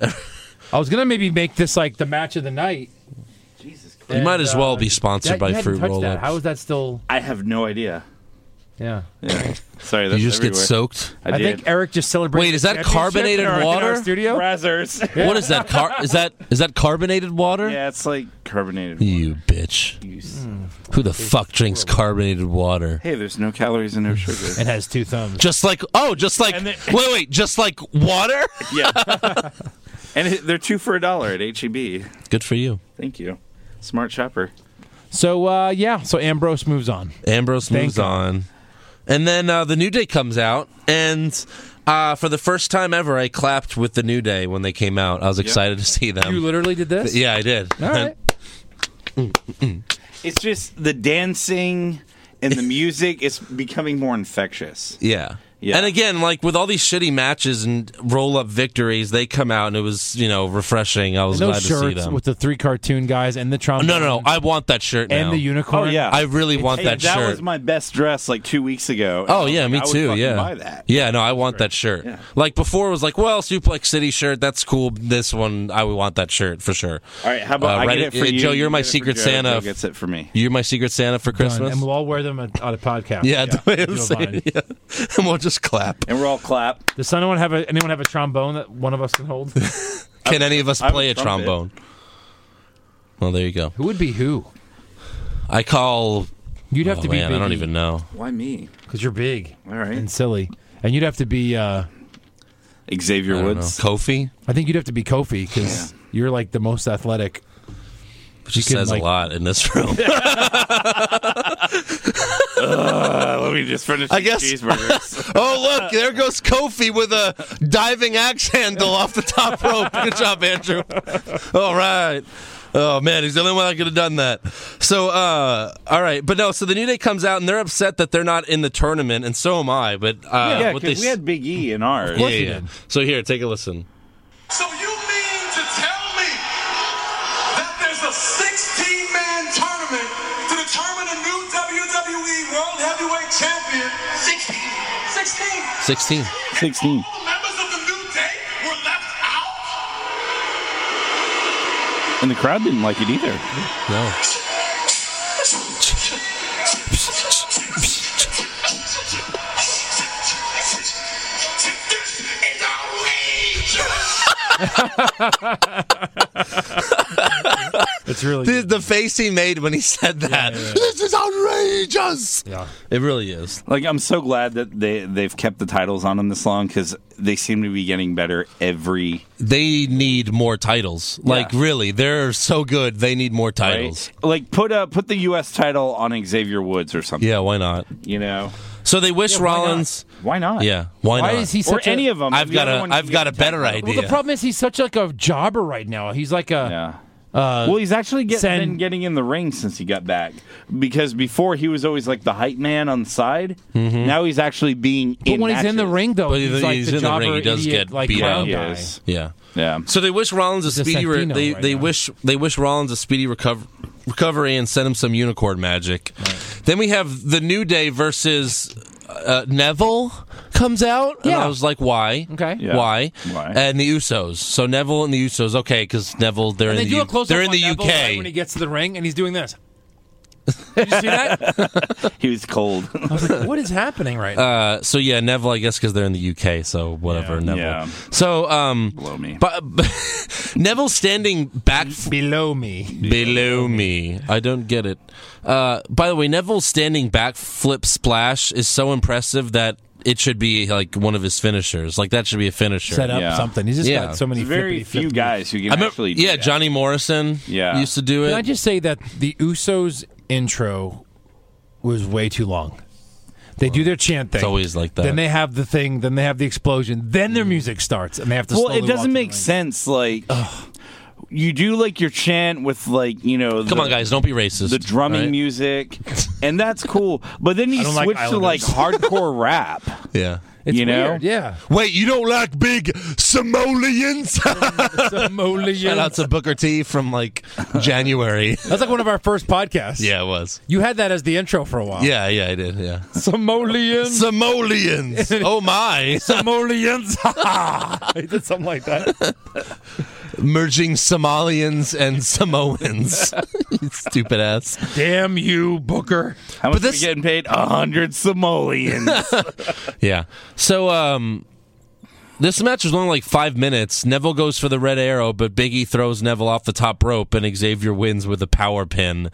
Speaker 7: I was gonna maybe make this like the match of the night. Jesus Christ.
Speaker 4: You might as
Speaker 7: uh,
Speaker 4: well be sponsored by Fruit Roll Ups.
Speaker 7: How is that still?
Speaker 6: I have no idea.
Speaker 7: Yeah.
Speaker 6: Yeah. Sorry,
Speaker 4: You
Speaker 6: that's
Speaker 4: just
Speaker 6: everywhere.
Speaker 4: get soaked.
Speaker 6: I,
Speaker 7: I,
Speaker 6: did.
Speaker 7: think Eric just celebrated.
Speaker 4: Wait, is
Speaker 7: the
Speaker 4: that
Speaker 7: championship
Speaker 4: carbonated
Speaker 7: in our- in our
Speaker 4: water?
Speaker 7: studio?
Speaker 6: Brazzers.
Speaker 4: What is that? Car- is that is that carbonated water?
Speaker 6: yeah, it's like carbonated.
Speaker 4: You bitch. Who the fuck drinks carbonated water?
Speaker 6: Hey, there's no calories
Speaker 4: Mm.
Speaker 6: and no sugar.
Speaker 7: It has two thumbs.
Speaker 4: Just like oh, just like
Speaker 6: And the-
Speaker 4: wait, wait, just like water.
Speaker 6: yeah. and it, they're two for a dollar at HEB.
Speaker 4: Good for you.
Speaker 6: Thank you. Smart shopper.
Speaker 7: So uh, yeah, so Ambrose moves on.
Speaker 4: Ambrose
Speaker 7: Thank
Speaker 4: moves
Speaker 7: God.
Speaker 4: on, and then uh, the New Day comes out, and uh, for the first time ever, I clapped with the New Day when they came out. I was excited to see them.
Speaker 7: You literally did this.
Speaker 4: yeah, I did.
Speaker 7: All right.
Speaker 6: It's just the dancing and the music. It's becoming more infectious.
Speaker 4: Yeah.
Speaker 6: Yeah.
Speaker 4: And again, like with all these shitty matches and roll up victories, they come out and it was, you know, refreshing. I was
Speaker 7: And
Speaker 4: glad
Speaker 7: those
Speaker 4: to see
Speaker 7: shirts
Speaker 4: them.
Speaker 7: with the three cartoon guys and the trombone.
Speaker 4: no, no, no. I want that shirt now.
Speaker 7: and the unicorn.
Speaker 6: Oh, yeah.
Speaker 4: I really want
Speaker 6: Hey,
Speaker 4: that,
Speaker 6: that
Speaker 4: shirt.
Speaker 6: was my best dress like two weeks ago. And I
Speaker 4: Oh
Speaker 6: was
Speaker 4: yeah,
Speaker 6: like,
Speaker 4: me
Speaker 6: I would
Speaker 4: too.
Speaker 6: fucking
Speaker 4: yeah,
Speaker 6: buy that.
Speaker 4: yeah. No, I want that shirt.
Speaker 6: Yeah.
Speaker 4: Like before, it was like, well, Suplex City shirt, that's cool. This one, I would want that shirt for sure.
Speaker 6: All right, how about
Speaker 4: Uh,
Speaker 6: I
Speaker 4: Reddit-
Speaker 6: get it for
Speaker 4: uh,
Speaker 6: you?
Speaker 4: Joe, you're
Speaker 6: you
Speaker 4: my
Speaker 6: get it for
Speaker 4: secret
Speaker 6: Joe,
Speaker 4: Santa.
Speaker 6: Joe gets it for me.
Speaker 4: You're my secret Santa for Christmas.
Speaker 7: And we'll all wear them on on a podcast.
Speaker 4: yeah, that's what I'm
Speaker 7: You'll
Speaker 4: saying.
Speaker 7: find.
Speaker 4: Yeah. and we'll just clap.
Speaker 6: And we're all clap.
Speaker 7: Does anyone have a anyone have a trombone that one of us can hold?
Speaker 4: Can any of us
Speaker 6: I'm
Speaker 4: play a
Speaker 6: a trumpet.
Speaker 4: trombone? Well, there you go.
Speaker 7: who would be who?
Speaker 4: I call.
Speaker 7: You'd have
Speaker 4: Oh,
Speaker 7: to be.
Speaker 4: man, I don't even know.
Speaker 6: Why me?
Speaker 7: because you're big
Speaker 6: All right.
Speaker 7: and silly, and you'd have to be. Uh,
Speaker 6: Xavier
Speaker 4: I don't know.
Speaker 6: Woods.
Speaker 4: Kofi.
Speaker 7: I think you'd have to be Kofi because you're like the most athletic.
Speaker 4: She
Speaker 7: can,
Speaker 4: says
Speaker 7: like-
Speaker 4: a lot in this room.
Speaker 6: Uh, let me just finish
Speaker 4: I
Speaker 6: these
Speaker 4: guess-
Speaker 6: cheeseburgers.
Speaker 4: oh, look, there goes Kofi with a diving axe handle off the top rope. Good job, Andrew. All right. Oh man, he's the only one that could have done that. So, uh, all right, but no. So the new day comes out and they're upset that they're not in the tournament, and so am I. But uh,
Speaker 6: yeah,
Speaker 4: what
Speaker 6: 'cause
Speaker 4: they
Speaker 6: we had Big E in ours.
Speaker 4: yeah, yeah. So here, take a listen.
Speaker 8: So you mean to tell me that there's a 16-man tournament to determine a new WWE World Heavyweight Champion? 16. 16.
Speaker 4: Sixteen.
Speaker 6: 16.
Speaker 8: All members of the New Day were left out.
Speaker 6: And the crowd didn't like it either.
Speaker 4: No.
Speaker 8: This is outrageous.
Speaker 7: It's really
Speaker 4: The, the face he made when he said that. This is outrageous.
Speaker 7: yeah.
Speaker 4: It really is.
Speaker 6: Like, I'm so glad that they, they've kept the titles on them this long because they seem to be getting better every
Speaker 4: They need more titles. Like really, they're so good. They need more titles.
Speaker 6: right? Like, put uh, put the U.S. title on Xavier Woods or something.
Speaker 4: Yeah, why not?
Speaker 6: You know?
Speaker 4: So they wish
Speaker 7: why not?
Speaker 4: Rollins.
Speaker 6: Why not?
Speaker 4: Yeah, why,
Speaker 7: Why
Speaker 4: not?
Speaker 7: is he
Speaker 6: Or
Speaker 7: such
Speaker 6: any
Speaker 7: a,
Speaker 6: of them.
Speaker 4: I've
Speaker 6: The
Speaker 4: got
Speaker 6: other
Speaker 4: a
Speaker 6: one
Speaker 4: I've
Speaker 6: can
Speaker 4: got a
Speaker 6: get title.
Speaker 4: better idea.
Speaker 7: Well, the problem is he's such like a jobber right now. He's like a.
Speaker 6: Yeah.
Speaker 7: Uh,
Speaker 6: well, he's actually get,
Speaker 7: send-
Speaker 6: been getting in the ring since he got back because before he was always like the hype man on the side. Now he's actually being.
Speaker 7: Mm-hmm. But
Speaker 6: in
Speaker 7: when he's in the
Speaker 6: matches.
Speaker 7: ring though,
Speaker 4: But
Speaker 7: he's,
Speaker 4: he's
Speaker 7: like
Speaker 4: in
Speaker 7: the,
Speaker 4: the ring,
Speaker 7: jobber
Speaker 4: he does
Speaker 7: idiot,
Speaker 4: get
Speaker 7: like
Speaker 4: beat
Speaker 7: clown
Speaker 4: up.
Speaker 6: He
Speaker 7: guy.
Speaker 6: is.
Speaker 4: yeah.
Speaker 6: Yeah.
Speaker 4: So they wish Rollins a
Speaker 7: a
Speaker 4: speedy. Re-
Speaker 7: Santino
Speaker 4: they
Speaker 7: right
Speaker 4: they
Speaker 7: now.
Speaker 4: wish they wish Rollins a speedy recover- recovery and send him some unicorn magic. Then we have the New Day versus uh, Neville. comes out, and
Speaker 7: Yeah.
Speaker 4: I was like, "Why?
Speaker 7: Okay.
Speaker 6: Yeah.
Speaker 4: why?
Speaker 6: Why?
Speaker 4: And the Usos. So Neville and the Usos. Okay, because Neville, they're
Speaker 7: they
Speaker 4: in the
Speaker 7: do
Speaker 4: U-
Speaker 7: a close
Speaker 4: they're
Speaker 7: up
Speaker 4: in the UK.
Speaker 7: when he gets to the ring, and he's doing this. Did you see that?
Speaker 6: He was cold.
Speaker 7: I was like, what is happening right now?
Speaker 4: Uh, so yeah, Neville. I guess because they're in the UK, so whatever, Neville.
Speaker 6: yeah.
Speaker 4: So um,
Speaker 6: Blow me.
Speaker 4: but, Neville standing back f-
Speaker 7: Below me.
Speaker 4: below me. I don't get it. Uh, by the way, Neville's standing back flip splash is so impressive that it should be like one of his finishers. Like that should be a finisher.
Speaker 7: Set up
Speaker 6: Yeah.
Speaker 7: something. He's just
Speaker 4: Yeah.
Speaker 7: got so many
Speaker 6: Very
Speaker 7: flippity-
Speaker 6: few
Speaker 7: flippity-
Speaker 6: guys who can
Speaker 4: I remember-
Speaker 6: actually. do
Speaker 4: yeah,
Speaker 6: that.
Speaker 4: Johnny Morrison
Speaker 6: Yeah.
Speaker 4: used to do it.
Speaker 7: Can I just say that the Usos intro was way too long? They do their chant thing. It's
Speaker 4: always like that.
Speaker 7: Then they have the thing. Then they have the explosion. Then their music starts, and they have to.
Speaker 6: Well,
Speaker 7: slowly
Speaker 6: it
Speaker 7: walk to
Speaker 6: doesn't
Speaker 7: the
Speaker 6: make
Speaker 7: ring.
Speaker 6: sense. Like, you do like your chant with like you know.
Speaker 4: Come
Speaker 6: the,
Speaker 4: on, guys, don't be racist.
Speaker 6: The drumming
Speaker 4: All right?
Speaker 6: music, and that's cool. But then you
Speaker 7: don't like
Speaker 6: switch to like
Speaker 7: Islanders.
Speaker 6: hardcore rap.
Speaker 4: Yeah.
Speaker 7: It's
Speaker 6: you know?
Speaker 7: weird, yeah.
Speaker 4: Wait, you don't like big simoleons? Shout out
Speaker 7: That's
Speaker 4: to Booker T from like January.
Speaker 7: like one of our first podcasts.
Speaker 4: yeah, it was.
Speaker 7: You had that as the intro for a while.
Speaker 4: Yeah, yeah, I did. Yeah.
Speaker 7: Somalians.
Speaker 4: Simoleons. Oh my.
Speaker 7: Somalians. I did something like that.
Speaker 4: Merging Somalians and Samoans. You Stupid ass.
Speaker 7: Damn you, Booker.
Speaker 6: How
Speaker 4: But
Speaker 6: much are
Speaker 4: this-
Speaker 6: we getting paid? A hundred simoleons.
Speaker 4: Yeah. So um this match was only like five minutes. Neville goes for the red arrow, but Biggie throws Neville off the top rope, and Xavier wins with a power pin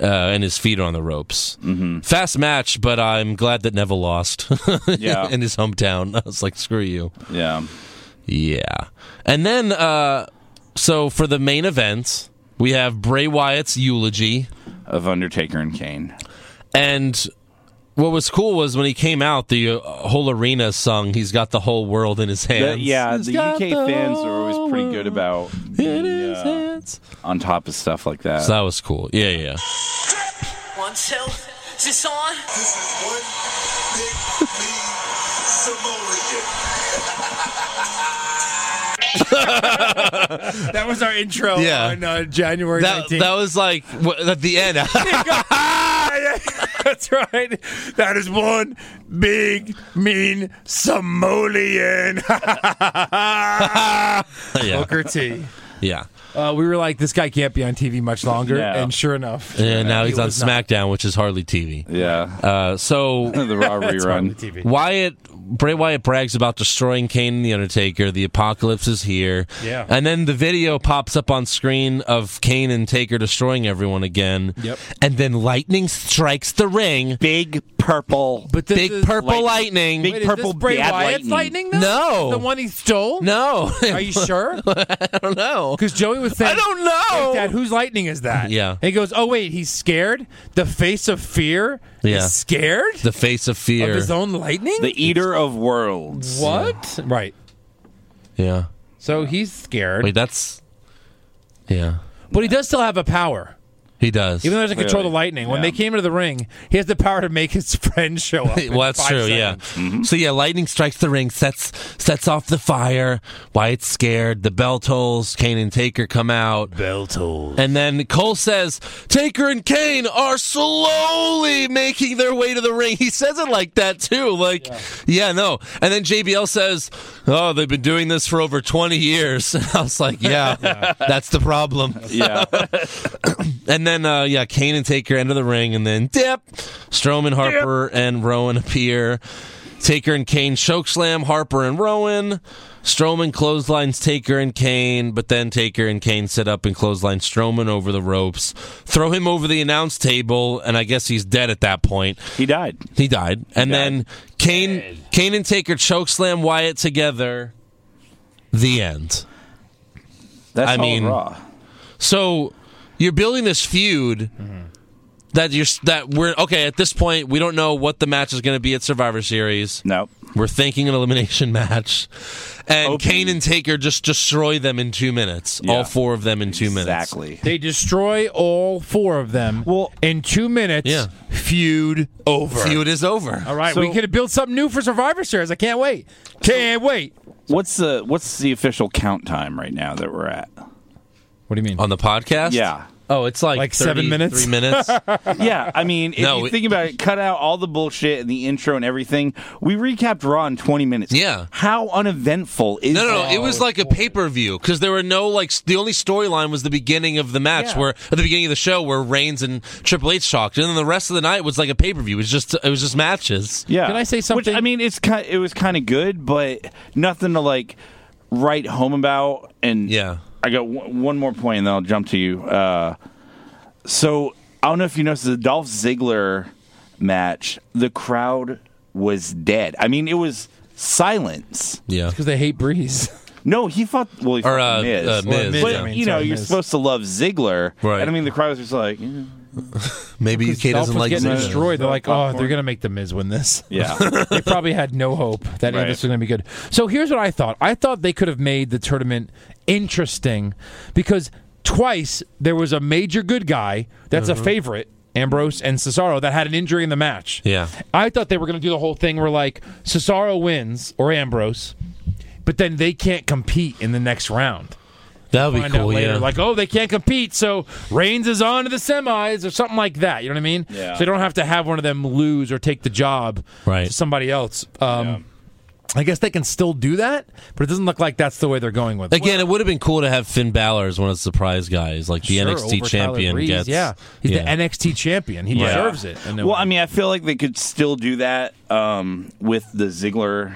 Speaker 4: uh, and his feet on the ropes. Mm-hmm. Fast match, but I'm glad that Neville lost
Speaker 6: Yeah.
Speaker 4: in his hometown. I was like, screw you.
Speaker 6: yeah.
Speaker 4: Yeah. And then, uh, so for the main event, we have Bray Wyatt's eulogy.
Speaker 6: Of Undertaker and Kane.
Speaker 4: And what was cool was when he came out, the uh, whole arena sung, He's Got the Whole World in His Hands.
Speaker 6: The- Uh, yeah,
Speaker 4: He's
Speaker 6: the
Speaker 4: got
Speaker 6: UK
Speaker 4: the
Speaker 6: fans
Speaker 4: whole
Speaker 6: are always pretty good about
Speaker 4: in
Speaker 6: being,
Speaker 4: his
Speaker 6: uh,
Speaker 4: hands.
Speaker 6: on top of stuff like that.
Speaker 4: So that was cool. Yeah, yeah. yeah.
Speaker 1: One, two. Is this on?
Speaker 8: This is one big mean simoleon.
Speaker 7: That was our intro
Speaker 4: Yeah.
Speaker 7: on uh, January
Speaker 4: That,
Speaker 7: 19th.
Speaker 4: that was like wh- at the end.
Speaker 7: That's right. That is one big, mean Somalian.
Speaker 4: yeah.
Speaker 7: Booker T.
Speaker 4: yeah.
Speaker 7: Uh, we were like, this guy can't be on TV much longer.
Speaker 6: Yeah.
Speaker 7: And sure enough,
Speaker 4: And now he's
Speaker 7: It
Speaker 4: on
Speaker 7: was not-
Speaker 4: SmackDown, which is hardly TV.
Speaker 6: yeah,
Speaker 4: Uh, so
Speaker 6: the Raw
Speaker 7: on the
Speaker 6: rerun.
Speaker 7: TV.
Speaker 4: Wyatt Bray Wyatt brags about destroying Kane and the Undertaker. The apocalypse is here.
Speaker 7: Yeah.
Speaker 4: And then the video pops up on screen of Kane and Taker destroying everyone again.
Speaker 7: Yep.
Speaker 4: And then lightning strikes the ring.
Speaker 6: Big purple.
Speaker 7: But this
Speaker 4: Big
Speaker 7: is-
Speaker 4: purple lightning.
Speaker 6: Big
Speaker 7: Wait, is
Speaker 6: purple
Speaker 7: this Bray
Speaker 6: bad
Speaker 7: Wyatt's
Speaker 6: lightning.
Speaker 7: lightning? though?
Speaker 4: No.
Speaker 7: the one he stole.
Speaker 4: No.
Speaker 7: Are
Speaker 4: I
Speaker 7: you sure?
Speaker 4: don't know.
Speaker 7: Because Joey was saying,
Speaker 4: I don't know.
Speaker 7: Like, Dad, whose lightning is that?
Speaker 4: Yeah.
Speaker 7: And he goes, oh wait, he's scared. The face of fear.
Speaker 4: Yeah.
Speaker 7: Is scared
Speaker 4: the face of fear.
Speaker 7: of his own lightning.
Speaker 6: The Eater of Worlds.
Speaker 7: what? Right.
Speaker 4: yeah.
Speaker 7: So he's scared,
Speaker 4: Wait, that's Yeah.
Speaker 7: but he does still have a power.
Speaker 4: He does.
Speaker 7: Even though he doesn't control the
Speaker 6: Clearly.
Speaker 7: lightning, when they
Speaker 6: Yeah.
Speaker 7: came into the ring, he has the power to make his friend show up. in
Speaker 4: well, that's
Speaker 7: five
Speaker 4: true. Yeah.
Speaker 7: seconds. Mm-hmm.
Speaker 4: So yeah, lightning strikes the ring, sets sets off the fire. Wyatt's scared. The bell tolls. Kane and Taker come out,
Speaker 7: Bell tolls.
Speaker 4: and then Cole says, "Taker and Kane are slowly making their way to the ring." He says it like that too. Like, yeah, no. And then JBL says, "Oh, they've been doing this for over twenty years." And I was like, "Yeah, that's the problem."
Speaker 6: Yeah.
Speaker 4: And then, uh, yeah, Kane and Taker enter the ring, and then dip. Strowman, Harper, and Rowan appear. Taker and Kane chokeslam Harper and Rowan. Strowman clotheslines Taker and Kane, but then Taker and Kane sit up and clothesline Strowman over the ropes, throw him over the announce table, and I guess he's dead at that point.
Speaker 6: he died.
Speaker 4: He died. And
Speaker 6: died.
Speaker 4: then Kane, Kane and Taker chokeslam Wyatt together. The end.
Speaker 6: That's
Speaker 4: I
Speaker 6: all
Speaker 4: mean-
Speaker 6: Raw.
Speaker 4: So you're building this feud that you're that we're okay at this point. We don't know what the match is going to be at Survivor Series.
Speaker 6: No.
Speaker 4: We're thinking an elimination match, and
Speaker 6: Hoping.
Speaker 4: Kane and Taker just destroy them in two minutes.
Speaker 6: Yeah.
Speaker 4: All four of them in two minutes.
Speaker 6: Exactly.
Speaker 7: They destroy all four of them.
Speaker 6: Well-
Speaker 7: in two minutes.
Speaker 4: Yeah.
Speaker 7: Feud over.
Speaker 4: Feud is over.
Speaker 7: All right,
Speaker 6: So-
Speaker 7: we could build something new for Survivor Series. I can't wait. Can't wait.
Speaker 6: What's the What's the official count time right now that we're at?
Speaker 7: What do you mean?
Speaker 4: On the podcast,
Speaker 6: Yeah.
Speaker 4: Oh, it's like
Speaker 7: Like seven minutes?
Speaker 4: three minutes.
Speaker 6: Yeah, I mean, if
Speaker 4: No,
Speaker 6: you
Speaker 4: it-
Speaker 6: think about it, cut out all the bullshit and the intro and everything. We recapped Raw in 20 minutes.
Speaker 4: Yeah.
Speaker 6: How uneventful is
Speaker 4: No, no, no.
Speaker 6: that?
Speaker 4: It was like a pay per view because there were no like s- the only storyline was the beginning of the match where at the beginning of the show where Reigns and Triple H talked, and then the rest of the night was like a pay per view. It was just it was just matches.
Speaker 6: Yeah.
Speaker 7: Can I say
Speaker 6: Which,
Speaker 7: something?
Speaker 6: I mean, it's kind it was kind of good, but nothing to like write home about. And
Speaker 4: Yeah.
Speaker 6: I got w- one more point, and then I'll jump to you. Uh, so I don't know if you noticed the Dolph Ziggler match. The crowd was dead. I mean, it was silence.
Speaker 4: Yeah.
Speaker 7: because they hate Breeze.
Speaker 6: No, he fought. Well, he fought
Speaker 4: Or uh,
Speaker 6: Miz.
Speaker 4: uh, Miz.
Speaker 7: Miz,
Speaker 6: But
Speaker 4: yeah.
Speaker 7: I mean,
Speaker 6: you know,
Speaker 7: sorry,
Speaker 6: you're
Speaker 7: Miz.
Speaker 6: supposed to love Ziggler,
Speaker 4: Right.
Speaker 6: And I mean, the crowd was just like, eh.
Speaker 4: Maybe Kate
Speaker 7: Dolph
Speaker 4: doesn't
Speaker 7: was
Speaker 4: like
Speaker 7: getting
Speaker 4: Ziggler.
Speaker 7: destroyed. They're like, oh,
Speaker 6: Popcorn.
Speaker 7: they're gonna make the Miz win this.
Speaker 6: yeah,
Speaker 7: they probably had no hope that
Speaker 6: Right.
Speaker 7: this was going to be good. So here's what I thought. I thought they could have made the tournament interesting because twice there was a major good guy that's a favorite, Ambrose and Cesaro, that had an injury in the match.
Speaker 4: Yeah.
Speaker 7: I thought they were going to do the whole thing where like Cesaro wins or Ambrose, but then they can't compete in the next round.
Speaker 4: That would be
Speaker 7: Find out
Speaker 4: cool.
Speaker 7: later,
Speaker 4: Yeah.
Speaker 7: like oh they can't compete, so Reigns is on to the semis or something like that. You know what I mean?
Speaker 6: Yeah.
Speaker 7: So they don't have to have one of them lose or take the job
Speaker 4: Right.
Speaker 7: to somebody else. Um, I guess they can still do that, but it doesn't look like that's the way they're going with it.
Speaker 4: Again, it would have been cool to have Finn Balor as one of the surprise guys, like the
Speaker 7: Sure,
Speaker 4: NXT
Speaker 7: over Tyler
Speaker 4: champion
Speaker 7: Breeze,
Speaker 4: gets.
Speaker 7: Yeah, he's
Speaker 4: Yeah.
Speaker 7: the NXT champion. He deserves it. And then-
Speaker 6: Well, I mean, I feel like they could still do that um, with the Ziggler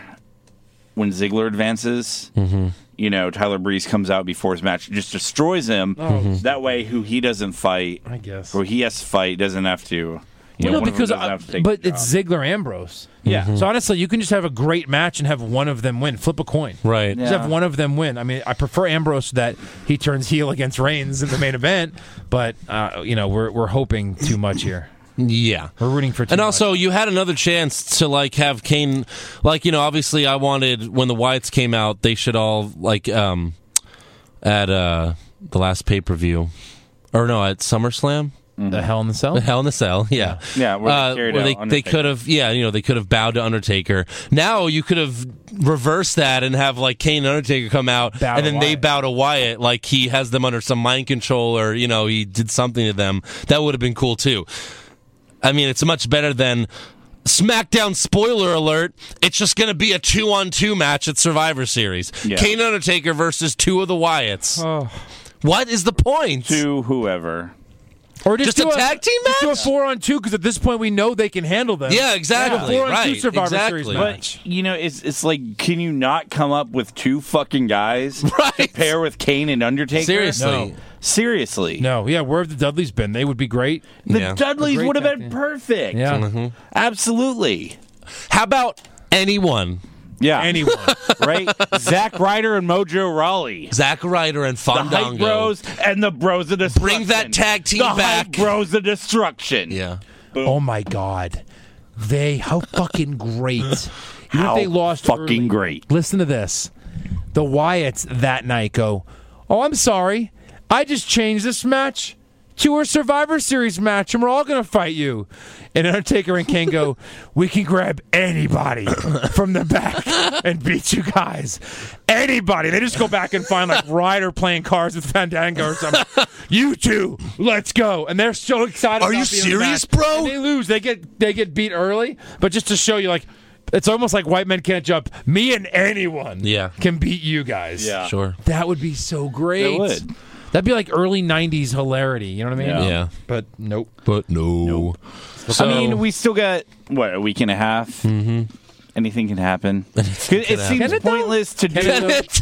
Speaker 6: when Ziggler advances. Mm-hmm. You know, Tyler Breeze comes out before his match, just destroys him. That way, who he doesn't fight,
Speaker 7: Oh. Mm-hmm. I guess.
Speaker 6: who he has to fight doesn't have to. You know,
Speaker 7: Well, no,
Speaker 6: one of them
Speaker 7: because
Speaker 6: doesn't
Speaker 7: I-
Speaker 6: have to take
Speaker 7: but
Speaker 6: the
Speaker 7: it's
Speaker 6: job.
Speaker 7: Ziggler Ambrose. Yeah. So honestly, you can just have a great match and have one of them win. Flip a coin.
Speaker 4: Right.
Speaker 7: Just
Speaker 6: Yeah.
Speaker 7: have one of them win. I mean, I prefer Ambrose that he turns heel against Reigns in the main event, but uh, you know, we're we're hoping too much here.
Speaker 4: Yeah.
Speaker 7: We're rooting for too
Speaker 4: And
Speaker 7: much.
Speaker 4: also, you had another chance to like have Kane, like you know, obviously, I wanted when the Wyatts came out, they should all like um at uh the last pay per view, or no, at SummerSlam,
Speaker 7: the Hell in the Cell.
Speaker 4: Hell in a Cell, yeah, Uh,
Speaker 6: Yeah, where they carried
Speaker 4: where
Speaker 6: out
Speaker 4: they, they
Speaker 6: Undertaker.
Speaker 4: could have, yeah, you know, they could have bowed to Undertaker. Now you could have reversed that and have like Kane and Undertaker come out,
Speaker 7: Bow
Speaker 4: and
Speaker 7: to
Speaker 4: then they
Speaker 7: Wyatt.
Speaker 4: bow to Wyatt, like he has them under some mind control, or you know, he did something to them. That would have been cool too. I mean, it's much better than SmackDown spoiler alert. It's just going to be a two on two match at Survivor Series.
Speaker 6: Yeah.
Speaker 4: Kane and Undertaker versus two of the Wyatts. What is the point?
Speaker 6: to whoever.
Speaker 7: Or
Speaker 4: Just
Speaker 7: do
Speaker 4: a tag team
Speaker 7: Just do a
Speaker 4: match?
Speaker 7: four on two because at this point we know they can handle them.
Speaker 4: Yeah, exactly.
Speaker 7: four on two
Speaker 4: right.
Speaker 7: Survivor Series
Speaker 4: exactly.
Speaker 7: match.
Speaker 6: But you know, it's it's like, can you not come up with two fucking guys to
Speaker 4: Right.
Speaker 6: pair with Kane and Undertaker?
Speaker 4: Seriously.
Speaker 7: No.
Speaker 6: seriously.
Speaker 7: No, yeah, where have the Dudleys been? They would be great.
Speaker 6: The
Speaker 4: Yeah.
Speaker 6: Dudleys
Speaker 7: Great
Speaker 6: would have
Speaker 7: tag
Speaker 6: been
Speaker 7: team.
Speaker 6: perfect.
Speaker 7: Yeah,
Speaker 6: Absolutely.
Speaker 4: How about anyone?
Speaker 6: Yeah.
Speaker 7: anyone.
Speaker 6: right? Zack Ryder and Mojo Rawley.
Speaker 4: Zack Ryder and
Speaker 6: The Hype
Speaker 4: Fandango.
Speaker 6: Bros and the Bros of Destruction.
Speaker 4: Bring that tag team
Speaker 6: the Hype
Speaker 4: back.
Speaker 6: Bros of Destruction.
Speaker 4: Yeah.
Speaker 7: Oh my god. They how fucking great. Even
Speaker 6: How
Speaker 7: if they lost
Speaker 6: fucking
Speaker 7: early.
Speaker 6: great.
Speaker 7: Listen to this. The Wyatts that night go, "Oh, I'm sorry. I just changed this match to a Survivor Series match, and we're all gonna fight you." And Undertaker and Kane go, "We can grab anybody from the back and beat you guys. Anybody." They just go back and find like Ryder playing cards with Fandango or something. you two, let's go. And they're so excited.
Speaker 4: Are
Speaker 7: about
Speaker 4: you
Speaker 7: being in the
Speaker 4: serious,
Speaker 7: match.
Speaker 4: bro?
Speaker 7: And they lose. They get they get beat early, but just to show you, like it's almost like white men can't jump. Me and anyone,
Speaker 4: Yeah.
Speaker 7: can beat you guys.
Speaker 6: Yeah.
Speaker 4: Sure.
Speaker 7: that would be so great.
Speaker 6: It would.
Speaker 7: That'd be like early '90s hilarity. You know what I mean?
Speaker 6: Yeah.
Speaker 4: Yeah.
Speaker 7: But nope.
Speaker 4: But no.
Speaker 6: I mean, we still got, what, a week and a half? Mm-hmm. Anything can happen. it seems
Speaker 7: Can it, though?
Speaker 6: pointless to do
Speaker 7: Can it,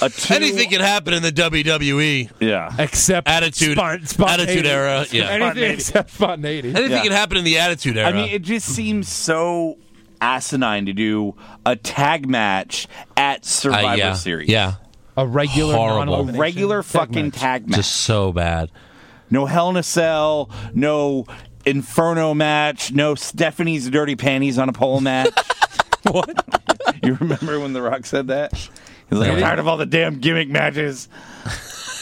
Speaker 6: a two.
Speaker 4: Anything can happen in the E. WWE.
Speaker 6: Yeah.
Speaker 7: Except
Speaker 4: Attitude-
Speaker 7: spon- spontaneity.
Speaker 4: attitude era, yeah.
Speaker 7: Anything
Speaker 6: Spontaneity.
Speaker 7: except spontaneity.
Speaker 4: Anything
Speaker 6: Yeah.
Speaker 4: can happen in the Attitude Era.
Speaker 6: I mean, it just seems so asinine to do a tag match at
Speaker 4: Uh,
Speaker 6: Survivor
Speaker 4: yeah.
Speaker 6: Series.
Speaker 4: Yeah.
Speaker 7: A regular
Speaker 4: Horrible.
Speaker 6: A
Speaker 7: non-elimination
Speaker 6: regular
Speaker 7: tag
Speaker 6: fucking
Speaker 7: match.
Speaker 6: tag match.
Speaker 4: Just so bad.
Speaker 6: No Hell in a Cell, no Inferno match, no Stephanie's Dirty Panties on a pole match.
Speaker 7: What?
Speaker 6: you remember when The Rock said that? He's like, I'm tired of all the damn gimmick matches.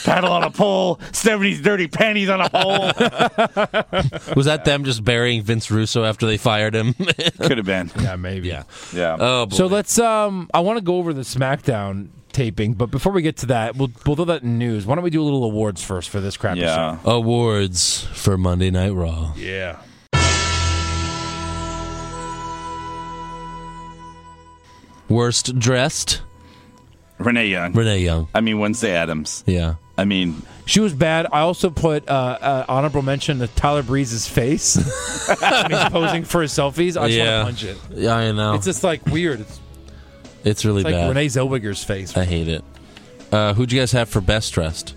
Speaker 6: Title on a pole, Stephanie's Dirty Panties on a pole.
Speaker 4: Was that them just burying Vince Russo after they fired him?
Speaker 6: Could have been.
Speaker 7: Yeah, maybe.
Speaker 4: yeah.
Speaker 6: Yeah.
Speaker 4: Oh, boy.
Speaker 7: So let's. Um, I want to go over the SmackDown taping. But before we get to that, we'll we'll do that in news. Why don't we do a little awards first for this crappy show?
Speaker 6: Yeah.
Speaker 4: Awards for Monday Night Raw.
Speaker 5: Yeah.
Speaker 4: Worst dressed,
Speaker 6: Renee Young.
Speaker 4: Renee Young.
Speaker 6: I mean Wednesday Adams.
Speaker 4: Yeah.
Speaker 6: I mean
Speaker 7: She was bad. I also put uh, uh, honorable mention to Tyler Breeze's face. I mean, posing for his selfies. I just
Speaker 4: Yeah.
Speaker 7: want to punch it.
Speaker 4: Yeah, I know.
Speaker 7: It's
Speaker 4: It's,
Speaker 7: just like weird. It's
Speaker 4: really
Speaker 7: like
Speaker 4: bad.
Speaker 7: Renee Zellweger's face.
Speaker 4: I hate it. Uh, who'd you guys have for best dressed?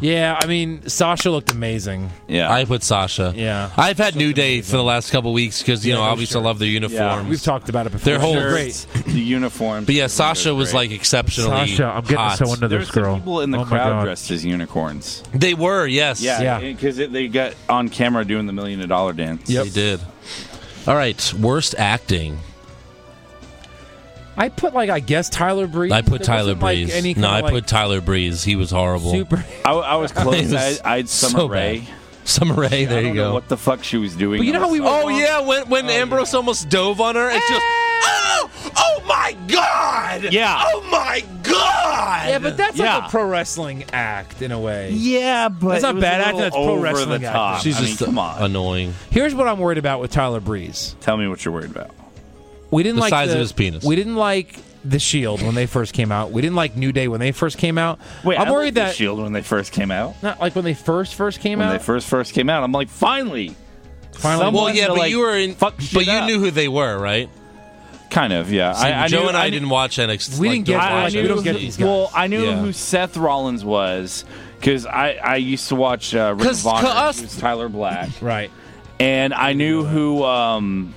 Speaker 7: Yeah, I mean, Sasha looked amazing.
Speaker 6: yeah.
Speaker 4: I put Sasha.
Speaker 7: Yeah.
Speaker 4: I've had New Day for the last couple weeks because you know
Speaker 7: no
Speaker 4: obviously I
Speaker 7: shirt.
Speaker 4: love their uniforms.
Speaker 7: We've talked about it before.
Speaker 4: Their whole-
Speaker 7: They're
Speaker 6: Shirts,
Speaker 7: great.
Speaker 6: the uniforms.
Speaker 4: But yeah, Sasha was like exceptionally
Speaker 9: Sasha, I'm getting
Speaker 4: hot.
Speaker 9: so into
Speaker 6: There were
Speaker 9: this
Speaker 6: some
Speaker 9: girl.
Speaker 6: people in the
Speaker 9: Oh my
Speaker 6: crowd
Speaker 9: God.
Speaker 6: dressed as unicorns.
Speaker 4: They were, yes.
Speaker 6: Yeah,
Speaker 7: Yeah.
Speaker 6: because they got on camera doing the million dollar dance.
Speaker 4: They did. All right, worst acting.
Speaker 7: I put like I guess Tyler Breeze.
Speaker 4: I put
Speaker 7: There
Speaker 4: Tyler
Speaker 7: wasn't, like,
Speaker 4: Breeze.
Speaker 7: any
Speaker 4: no, I
Speaker 7: kinda, like,
Speaker 4: put Tyler Breeze. He was horrible.
Speaker 7: super.
Speaker 6: I, I was close.
Speaker 4: was
Speaker 6: I, I'd Summer
Speaker 4: so bad.
Speaker 6: Rae.
Speaker 4: Summer Rae, there
Speaker 6: I
Speaker 4: you
Speaker 6: don't know
Speaker 4: go.
Speaker 6: what the fuck she was doing.
Speaker 7: But you know
Speaker 6: on
Speaker 7: how
Speaker 6: the
Speaker 7: we
Speaker 6: side.
Speaker 7: were-
Speaker 4: Oh yeah, when when Ambrose almost dove on her, it's just oh oh my god.
Speaker 7: Yeah.
Speaker 4: Oh my god.
Speaker 7: Yeah, but that's
Speaker 9: Yeah.
Speaker 7: like a pro wrestling act in a way.
Speaker 6: Yeah, but
Speaker 7: That's not
Speaker 6: it was
Speaker 7: bad
Speaker 6: a
Speaker 7: acting,
Speaker 6: little
Speaker 7: that's pro
Speaker 6: over
Speaker 7: wrestling
Speaker 6: the
Speaker 7: acting.
Speaker 6: top.
Speaker 4: She's
Speaker 6: I mean,
Speaker 4: just
Speaker 6: come on.
Speaker 4: annoying.
Speaker 7: Here's what I'm worried about with Tyler Breeze.
Speaker 6: Tell me what you're worried about.
Speaker 7: We didn't
Speaker 4: The
Speaker 7: like
Speaker 4: size of his penis.
Speaker 7: We didn't like the Shield when they first came out. We didn't like New Day when they first came out.
Speaker 6: Wait,
Speaker 7: I'm
Speaker 6: I
Speaker 7: worried
Speaker 6: liked the
Speaker 7: that
Speaker 6: Shield when they first came out.
Speaker 7: not like when they first first came
Speaker 6: When
Speaker 7: out.
Speaker 6: they first first came out, I'm like, finally,
Speaker 7: Finally-
Speaker 6: someone
Speaker 4: Well, yeah,
Speaker 6: to,
Speaker 4: but
Speaker 6: like,
Speaker 4: you were in.
Speaker 6: fuck
Speaker 4: but
Speaker 6: shit
Speaker 4: you
Speaker 6: up.
Speaker 4: knew who they were, right?
Speaker 6: kind of, yeah.
Speaker 4: See, Joe
Speaker 6: knew-
Speaker 4: and I,
Speaker 6: knew-
Speaker 4: didn't watch NXT.
Speaker 7: We
Speaker 4: like,
Speaker 7: didn't get
Speaker 4: don't
Speaker 7: to
Speaker 4: watch
Speaker 7: watch it. We don't get
Speaker 4: NXT.
Speaker 7: these guys.
Speaker 6: Well, I knew
Speaker 4: Yeah.
Speaker 6: who Seth Rollins was because I, I used to watch uh, Ring
Speaker 4: 'Cause-
Speaker 6: of Honor,
Speaker 4: 'cause us-
Speaker 6: who's Tyler Black,
Speaker 7: right.
Speaker 6: and I knew who um,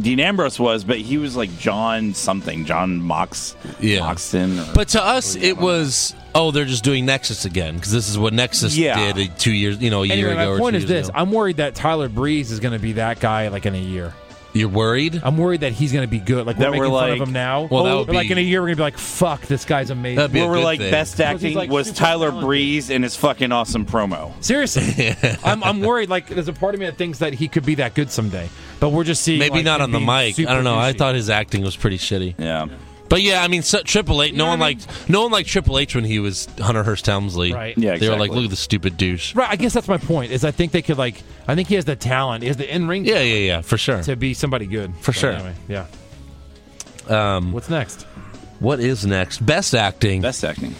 Speaker 6: Dean Ambrose was, but he was like John something, John Mox,
Speaker 4: Yeah.
Speaker 6: Moxton. Or,
Speaker 4: But to us, it was oh, they're just doing Nexus again because this is what Nexus
Speaker 6: Yeah.
Speaker 4: did uh, two years, you know, a year
Speaker 7: Anyway,
Speaker 4: ago.
Speaker 7: my
Speaker 4: or
Speaker 7: point
Speaker 4: two
Speaker 7: is
Speaker 4: years
Speaker 7: this:
Speaker 4: ago.
Speaker 7: I'm worried that Tyler Breeze is going to be that guy like in a year.
Speaker 4: You're worried?
Speaker 7: I'm worried that he's going to be good. Like
Speaker 6: That
Speaker 7: we're making
Speaker 6: we're
Speaker 7: fun
Speaker 6: like-
Speaker 7: of him now.
Speaker 4: Well, that
Speaker 7: Oh,
Speaker 4: would
Speaker 7: like
Speaker 4: be-
Speaker 7: in a year we're going to be like, "Fuck, this guy's amazing."
Speaker 4: That'd be a
Speaker 6: we were
Speaker 4: good
Speaker 6: like
Speaker 4: thing.
Speaker 6: best acting
Speaker 7: like,
Speaker 6: was
Speaker 7: super
Speaker 6: Tyler
Speaker 7: talented.
Speaker 6: Breeze and his fucking awesome promo.
Speaker 7: Seriously, I'm, I'm worried. Like, there's a part of me that thinks that he could be that good someday, but we're just seeing
Speaker 4: Maybe
Speaker 7: like,
Speaker 4: not
Speaker 7: him
Speaker 4: on the
Speaker 7: being
Speaker 4: mic.
Speaker 7: super
Speaker 4: I don't know. I
Speaker 7: douchey.
Speaker 4: thought his acting was pretty shitty.
Speaker 6: Yeah,
Speaker 4: But yeah, I mean, so, Triple H. no one liked no one liked Triple H when he was Hunter Hearst Helmsley.
Speaker 7: Right.
Speaker 6: Yeah,
Speaker 4: They were like,
Speaker 6: exactly.
Speaker 4: look at the stupid douche.
Speaker 7: Right. I guess that's my point. Is I think they could like. I think he has the talent. He has the in ring
Speaker 4: Yeah, yeah, yeah, for sure.
Speaker 7: to be somebody good
Speaker 4: For
Speaker 7: So
Speaker 4: sure.
Speaker 7: Anyway, yeah. Um, What's next?
Speaker 4: What is next? Best acting.
Speaker 6: best acting.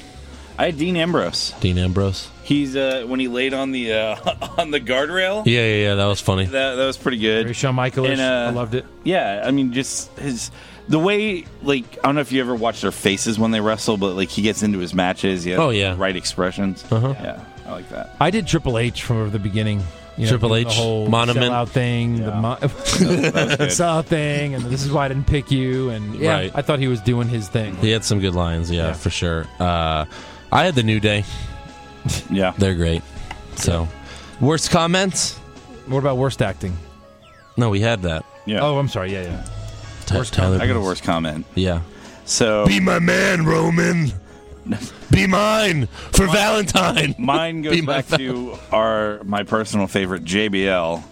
Speaker 6: I had Dean Ambrose.
Speaker 4: Dean Ambrose.
Speaker 6: He's uh, when he laid on the uh, on the guardrail.
Speaker 4: Yeah, yeah, yeah. That was funny.
Speaker 6: That that was pretty good.
Speaker 7: Ray Shawn Michaels.
Speaker 6: And, uh,
Speaker 7: I loved it.
Speaker 6: Yeah, I mean, just his the way like I don't know if you ever watch their faces when they wrestle, but like he gets into his matches. He has
Speaker 4: Oh, yeah.
Speaker 6: the right expressions. Uh-huh. Yeah, I like that.
Speaker 7: I did Triple H from the beginning. You know,
Speaker 4: Triple
Speaker 7: the
Speaker 4: H,
Speaker 7: whole
Speaker 4: Monument.
Speaker 7: sellout thing, the mo- sellout thing, and this is why I didn't pick you. And yeah,
Speaker 4: Right.
Speaker 7: I thought he was doing his thing.
Speaker 4: He had some good lines. Yeah,
Speaker 7: Yeah.
Speaker 4: for sure. Uh, I had the New Day.
Speaker 6: Yeah,
Speaker 4: They're great. So, worst comments?
Speaker 7: What about worst acting?
Speaker 4: No, we had that.
Speaker 6: yeah.
Speaker 7: Oh, I'm sorry. Yeah, yeah.
Speaker 4: Ty- Tyler
Speaker 6: I got a
Speaker 4: Breeze.
Speaker 6: worse comment.
Speaker 4: Yeah.
Speaker 6: So
Speaker 4: Be my man, Roman. Be mine for Valentine.
Speaker 6: mine
Speaker 4: Be
Speaker 6: goes
Speaker 4: my
Speaker 6: back to our my personal favorite JBL.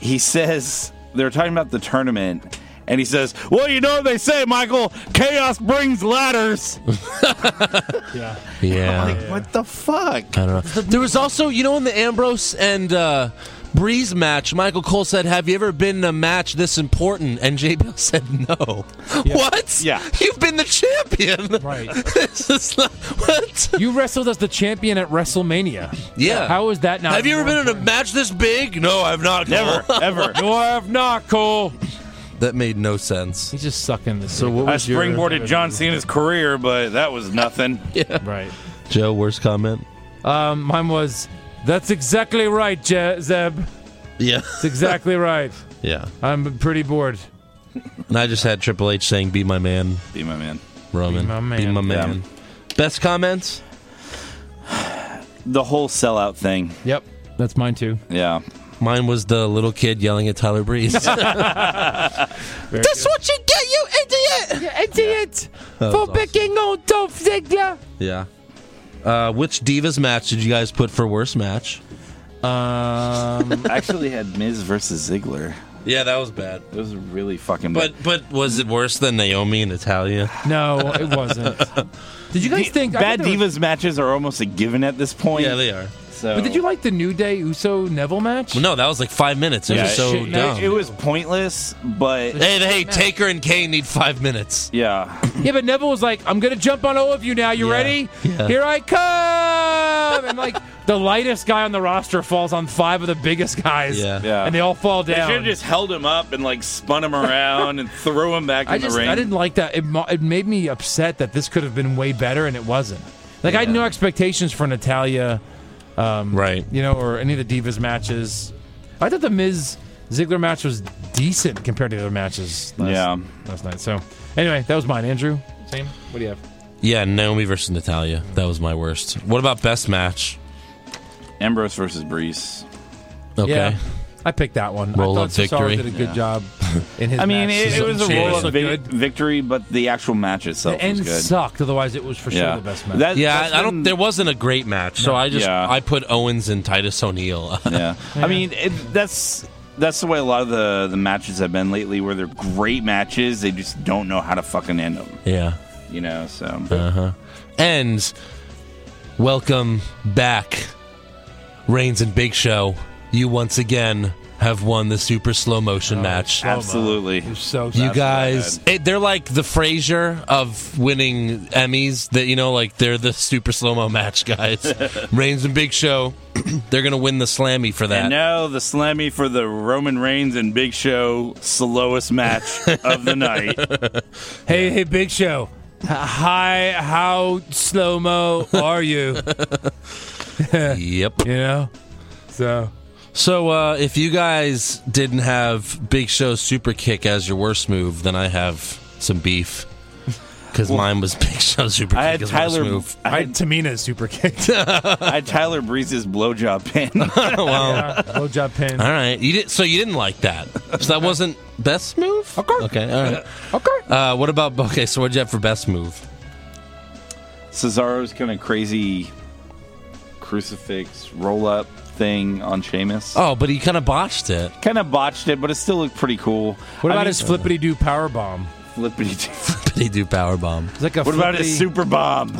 Speaker 6: He says they're talking about the tournament. And he says, "Well, you know what they say, Michael. Chaos brings ladders."
Speaker 4: Yeah.
Speaker 6: Like, what the fuck?
Speaker 4: I don't know. There was also, you know, in the Ambrose and uh, Breeze match, Michael Cole said, "Have you ever been in a match this important?" And JBL said, "No." What?
Speaker 6: Yeah.
Speaker 4: You've been the champion.
Speaker 7: Right.
Speaker 4: this is not what.
Speaker 7: You wrestled as the champion at WrestleMania.
Speaker 4: Yeah.
Speaker 7: How is that not?
Speaker 4: Have you ever been in a match this big? No, I've not. Cole."
Speaker 6: Never, ever.
Speaker 7: No, I have not, Cole.
Speaker 4: That made no sense.
Speaker 7: He's just sucking this.
Speaker 4: So what
Speaker 6: I
Speaker 4: was your
Speaker 6: springboarded John Cena's career, but that was nothing.
Speaker 7: right.
Speaker 4: Joe worst comment?
Speaker 7: Um, mine was. That's exactly right, Je- Zeb.
Speaker 4: Yeah.
Speaker 7: That's exactly right.
Speaker 4: Yeah.
Speaker 7: I'm pretty bored.
Speaker 4: And I just had Triple H saying, "Be my man,
Speaker 6: Be my man.
Speaker 4: Roman.
Speaker 7: Be my man."
Speaker 4: man." Best comments?
Speaker 6: The whole sellout thing.
Speaker 7: Yep. That's mine too.
Speaker 6: Yeah.
Speaker 4: Mine was the little kid yelling at Tyler Breeze. That's what you get, you idiot!
Speaker 7: Idiot
Speaker 4: That was
Speaker 7: for
Speaker 4: awesome.
Speaker 7: picking on Dolph Ziggler.
Speaker 4: Yeah. Uh, which Divas match did you guys put for worst match?
Speaker 7: Um,
Speaker 6: I actually had Miz versus Ziggler.
Speaker 4: Yeah, that was bad.
Speaker 6: It was really fucking bad.
Speaker 4: But but was it worse than Naomi and Italia?
Speaker 7: No, it wasn't. Did you guys think I
Speaker 6: Bad
Speaker 7: thought there
Speaker 6: Divas
Speaker 7: was-
Speaker 6: matches are almost a given at this point.
Speaker 4: Yeah, they are.
Speaker 6: so.
Speaker 7: But did you like the New Day Uso Neville match?
Speaker 4: No, that was like five minutes. It
Speaker 7: Yeah,
Speaker 4: was so
Speaker 7: shit,
Speaker 6: It-
Speaker 7: no,
Speaker 4: dumb.
Speaker 6: It was pointless, but
Speaker 4: hey, hey, Taker and Kane need five minutes.
Speaker 6: yeah.
Speaker 7: Yeah, but Neville was like, "I'm gonna jump on all of you now. You
Speaker 4: Yeah.
Speaker 7: ready?
Speaker 4: Yeah.
Speaker 7: Here I come!" And like the lightest guy on the roster falls on five of the biggest guys.
Speaker 4: Yeah.
Speaker 6: Yeah.
Speaker 7: and they all fall
Speaker 6: They should
Speaker 7: down.
Speaker 6: have just held him up and like spun him around and threw him back in
Speaker 7: I just
Speaker 6: the ring.
Speaker 7: I didn't like that. It, mo- it made me upset that this could have been way better and it wasn't. Like I had no expectations for Natalia,
Speaker 4: Right.
Speaker 7: you know, or any of the Divas matches. I thought the Miz Ziggler match was decent compared to the other matches. Last,
Speaker 6: Yeah.
Speaker 7: last night. So anyway, that was mine. Andrew, same. What do you have?
Speaker 4: Yeah, Naomi versus Natalia. That was my worst. What about best match?
Speaker 6: Ambrose versus Brees.
Speaker 4: Okay.
Speaker 7: Yeah. I picked that one.
Speaker 4: Roll
Speaker 7: I
Speaker 4: up
Speaker 7: thought Cesaro
Speaker 4: victory.
Speaker 7: did a good job in his
Speaker 6: I mean,
Speaker 7: match.
Speaker 6: it, it was a
Speaker 4: Cheers.
Speaker 6: roll
Speaker 4: Look
Speaker 6: up victory, but the actual match itself
Speaker 7: The end
Speaker 6: was good.
Speaker 7: sucked. Otherwise, it was for sure
Speaker 6: yeah,
Speaker 7: the best match.
Speaker 6: That-
Speaker 4: Yeah,
Speaker 6: that's
Speaker 4: I, I don't.
Speaker 6: been-
Speaker 4: There wasn't a great match, so I just
Speaker 6: Yeah.
Speaker 4: I put Owens and Titus O'Neil.
Speaker 6: yeah. I mean, it, that's that's the way a lot of the the matches have been lately, where they're great matches, they just don't know how to fucking end them.
Speaker 4: yeah,
Speaker 6: You know, so
Speaker 4: and welcome back, Reigns and Big Show. You once again have won the super slow motion
Speaker 6: Oh,
Speaker 4: match.
Speaker 6: absolutely.
Speaker 5: So
Speaker 4: You
Speaker 5: sad.
Speaker 4: guys, it, they're like the Frasier of winning Emmys. That you know, like they're the super slow mo match guys. Reigns and Big Show, they're gonna win the Slammy for that.
Speaker 6: And now the slammy for the Roman Reigns and Big Show slowest match of the night.
Speaker 7: Hey, hey, Big Show. H- Hi, how slow mo are you?
Speaker 4: yep.
Speaker 7: You know? So,
Speaker 4: So uh, if you guys didn't have Big Show super kick as your worst move, then I have some beef because mine was Big Show super
Speaker 6: I had
Speaker 4: kick as worst
Speaker 6: Tyler.
Speaker 4: move.
Speaker 6: I
Speaker 7: I,
Speaker 6: had,
Speaker 7: Tamina's super kicked.
Speaker 6: I had Tyler Breeze's blowjob pin.
Speaker 4: well,
Speaker 7: Low job pin.
Speaker 4: all right. You did so you didn't like that. So that wasn't best move. Okay. Okay. All right.
Speaker 7: Okay.
Speaker 4: Uh, what about okay? So what'd you have for best move?
Speaker 6: Cesaro's kind of crazy crucifix roll up thing on Sheamus.
Speaker 4: Oh, but he kind of botched it.
Speaker 6: Kind of botched it, but it still looked pretty cool.
Speaker 7: What about
Speaker 6: I
Speaker 7: his flippity doo power bomb?
Speaker 6: mean, flippity?
Speaker 4: But he do power bomb.
Speaker 7: It's like a
Speaker 6: What about his
Speaker 7: flippity-
Speaker 6: super bomb?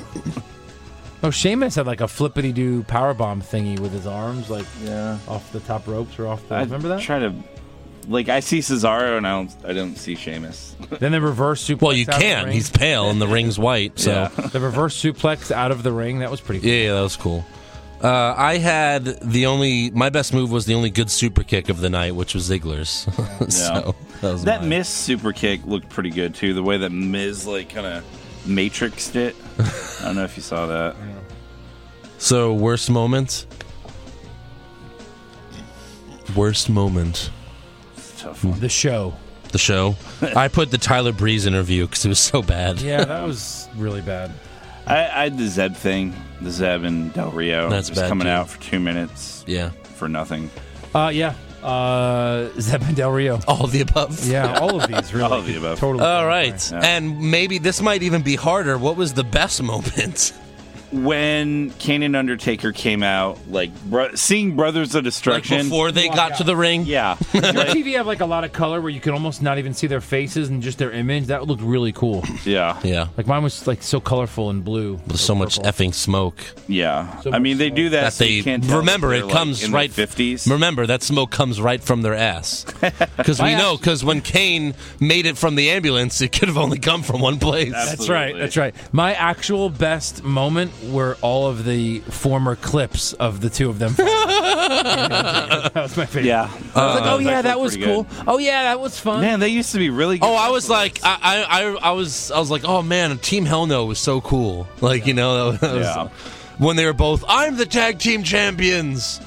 Speaker 7: Oh, Sheamus had like a flippity doo power bomb thingy with his arms, like yeah, off the top ropes or off the. remember that?
Speaker 6: Try to, like, I see Cesaro and I don't, I don't see Sheamus.
Speaker 7: then the reverse suplex.
Speaker 4: Well, you
Speaker 7: out of the
Speaker 4: can.
Speaker 7: ring.
Speaker 4: He's pale and the ring's white. So
Speaker 6: Yeah.
Speaker 7: the reverse suplex out of the ring. That was pretty. cool.
Speaker 4: Yeah, yeah, that was cool. Uh, I had the only my best move was the only good super kick of the night, which was Ziggler's. so that was
Speaker 6: That
Speaker 4: mine.
Speaker 6: Miz super kick looked pretty good too. The way that Miz like kind of matrixed it. I don't know if you saw that.
Speaker 4: so worst moment. Worst moment.
Speaker 6: It's a tough one.
Speaker 7: The show.
Speaker 4: The show. I put the Tyler Breeze interview because it was so bad.
Speaker 7: Yeah, that was really bad.
Speaker 6: I, I had the Zeb thing. The Zeb and Del Rio
Speaker 4: That's
Speaker 6: just
Speaker 4: bad,
Speaker 6: coming
Speaker 4: too.
Speaker 6: out for two minutes
Speaker 4: Yeah.
Speaker 6: for nothing.
Speaker 7: Uh, yeah. Uh, Zeb and Del Rio.
Speaker 4: All of the above.
Speaker 7: Yeah, all of these really.
Speaker 6: All of the above.
Speaker 7: Totally.
Speaker 4: All right.
Speaker 6: Yeah.
Speaker 4: And maybe this might even be harder. What was the best moment?
Speaker 6: When Kane and Undertaker came out, like bro- seeing Brothers of
Speaker 4: Like
Speaker 6: Destruction.
Speaker 4: before they got to the ring?
Speaker 6: yeah,
Speaker 7: Your TV have like a lot of color where you can almost not even see their faces and just their image. That looked really cool.
Speaker 6: yeah,
Speaker 4: Yeah.
Speaker 7: Like mine was like so colorful and blue.
Speaker 4: With so much effing smoke.
Speaker 6: yeah.
Speaker 7: So
Speaker 6: I
Speaker 7: much
Speaker 6: mean, they
Speaker 7: so.
Speaker 6: do that.
Speaker 4: that
Speaker 6: so you
Speaker 4: they
Speaker 6: can't tell
Speaker 4: remember
Speaker 6: if
Speaker 4: it
Speaker 6: they're,
Speaker 4: comes
Speaker 6: like, in
Speaker 4: right
Speaker 6: fifties.
Speaker 4: Remember that smoke comes right from their ass because we know because when Kane made it from the ambulance, it could have only come from one place.
Speaker 7: That's right. That's right. My actual best moment were all of the former clips of the two of them. that was my favorite.
Speaker 6: Yeah.
Speaker 4: Uh,
Speaker 7: I was like, oh yeah, that was
Speaker 6: pretty
Speaker 7: cool.
Speaker 6: good.
Speaker 7: Oh yeah, that was fun.
Speaker 6: Man, they used to be really. good
Speaker 4: Oh, I was
Speaker 6: wrestlers.
Speaker 4: like, I, I, I- I was, I was like, oh man, Team Hell No was so cool. Like you know, that was,
Speaker 6: Yeah.
Speaker 4: when they were both, I'm the tag team champions.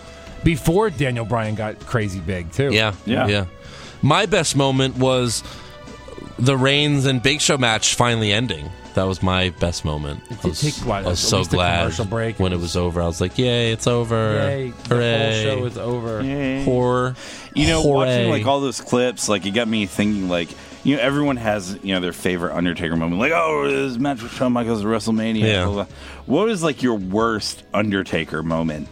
Speaker 7: Before Daniel Bryan got crazy big too.
Speaker 4: Yeah,
Speaker 6: Yeah.
Speaker 4: yeah. My best moment was the Reigns and Big Show match finally ending. That was my best moment. I
Speaker 7: did
Speaker 4: was,
Speaker 7: take, what,
Speaker 4: I was
Speaker 7: at
Speaker 4: so
Speaker 7: least a
Speaker 4: glad
Speaker 7: commercial break.
Speaker 4: when it was over. I was like, "Yay, it's over!
Speaker 7: Yay,
Speaker 4: Hooray!"
Speaker 7: The whole show is over.
Speaker 4: Horror.
Speaker 6: You know,
Speaker 4: Hooray.
Speaker 6: watching like all those clips, like it got me thinking. Like you know, everyone has you know their favorite Undertaker moment. Like oh, this match with Shawn Michaels at WrestleMania.
Speaker 4: Yeah.
Speaker 6: blah, blah, blah. What was like your worst Undertaker moment?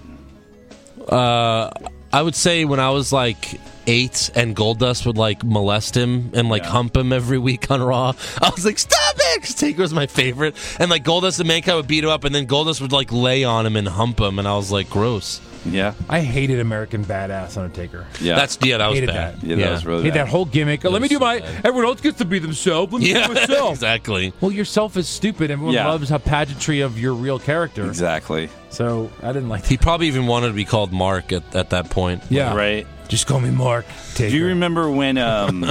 Speaker 4: I would say when I was like eight, and Goldust would like molest him and like hump him every week on Raw. I was like, stop it! Because Taker was my favorite, and like Goldust and Mankind would beat him up, and then Goldust would like lay on him and hump him, and I was like, gross.
Speaker 6: Yeah.
Speaker 7: I hated American Badass Undertaker.
Speaker 6: Yeah.
Speaker 4: That's yeah, that was
Speaker 7: Hated
Speaker 4: bad.
Speaker 7: that.
Speaker 6: yeah, that was really
Speaker 7: Hate
Speaker 6: bad.
Speaker 7: that whole gimmick. Let me do my. Everyone else gets to be themselves. Let me
Speaker 4: yeah,
Speaker 7: do myself.
Speaker 4: exactly.
Speaker 7: Well, yourself is stupid. Everyone
Speaker 6: Yeah.
Speaker 7: loves a pageantry of your real character.
Speaker 6: exactly.
Speaker 7: So I didn't like.
Speaker 4: He probably even wanted to be called Mark at, at that point.
Speaker 7: Yeah.
Speaker 6: Right.
Speaker 7: Just call me Mark. Taker.
Speaker 6: Do you remember when um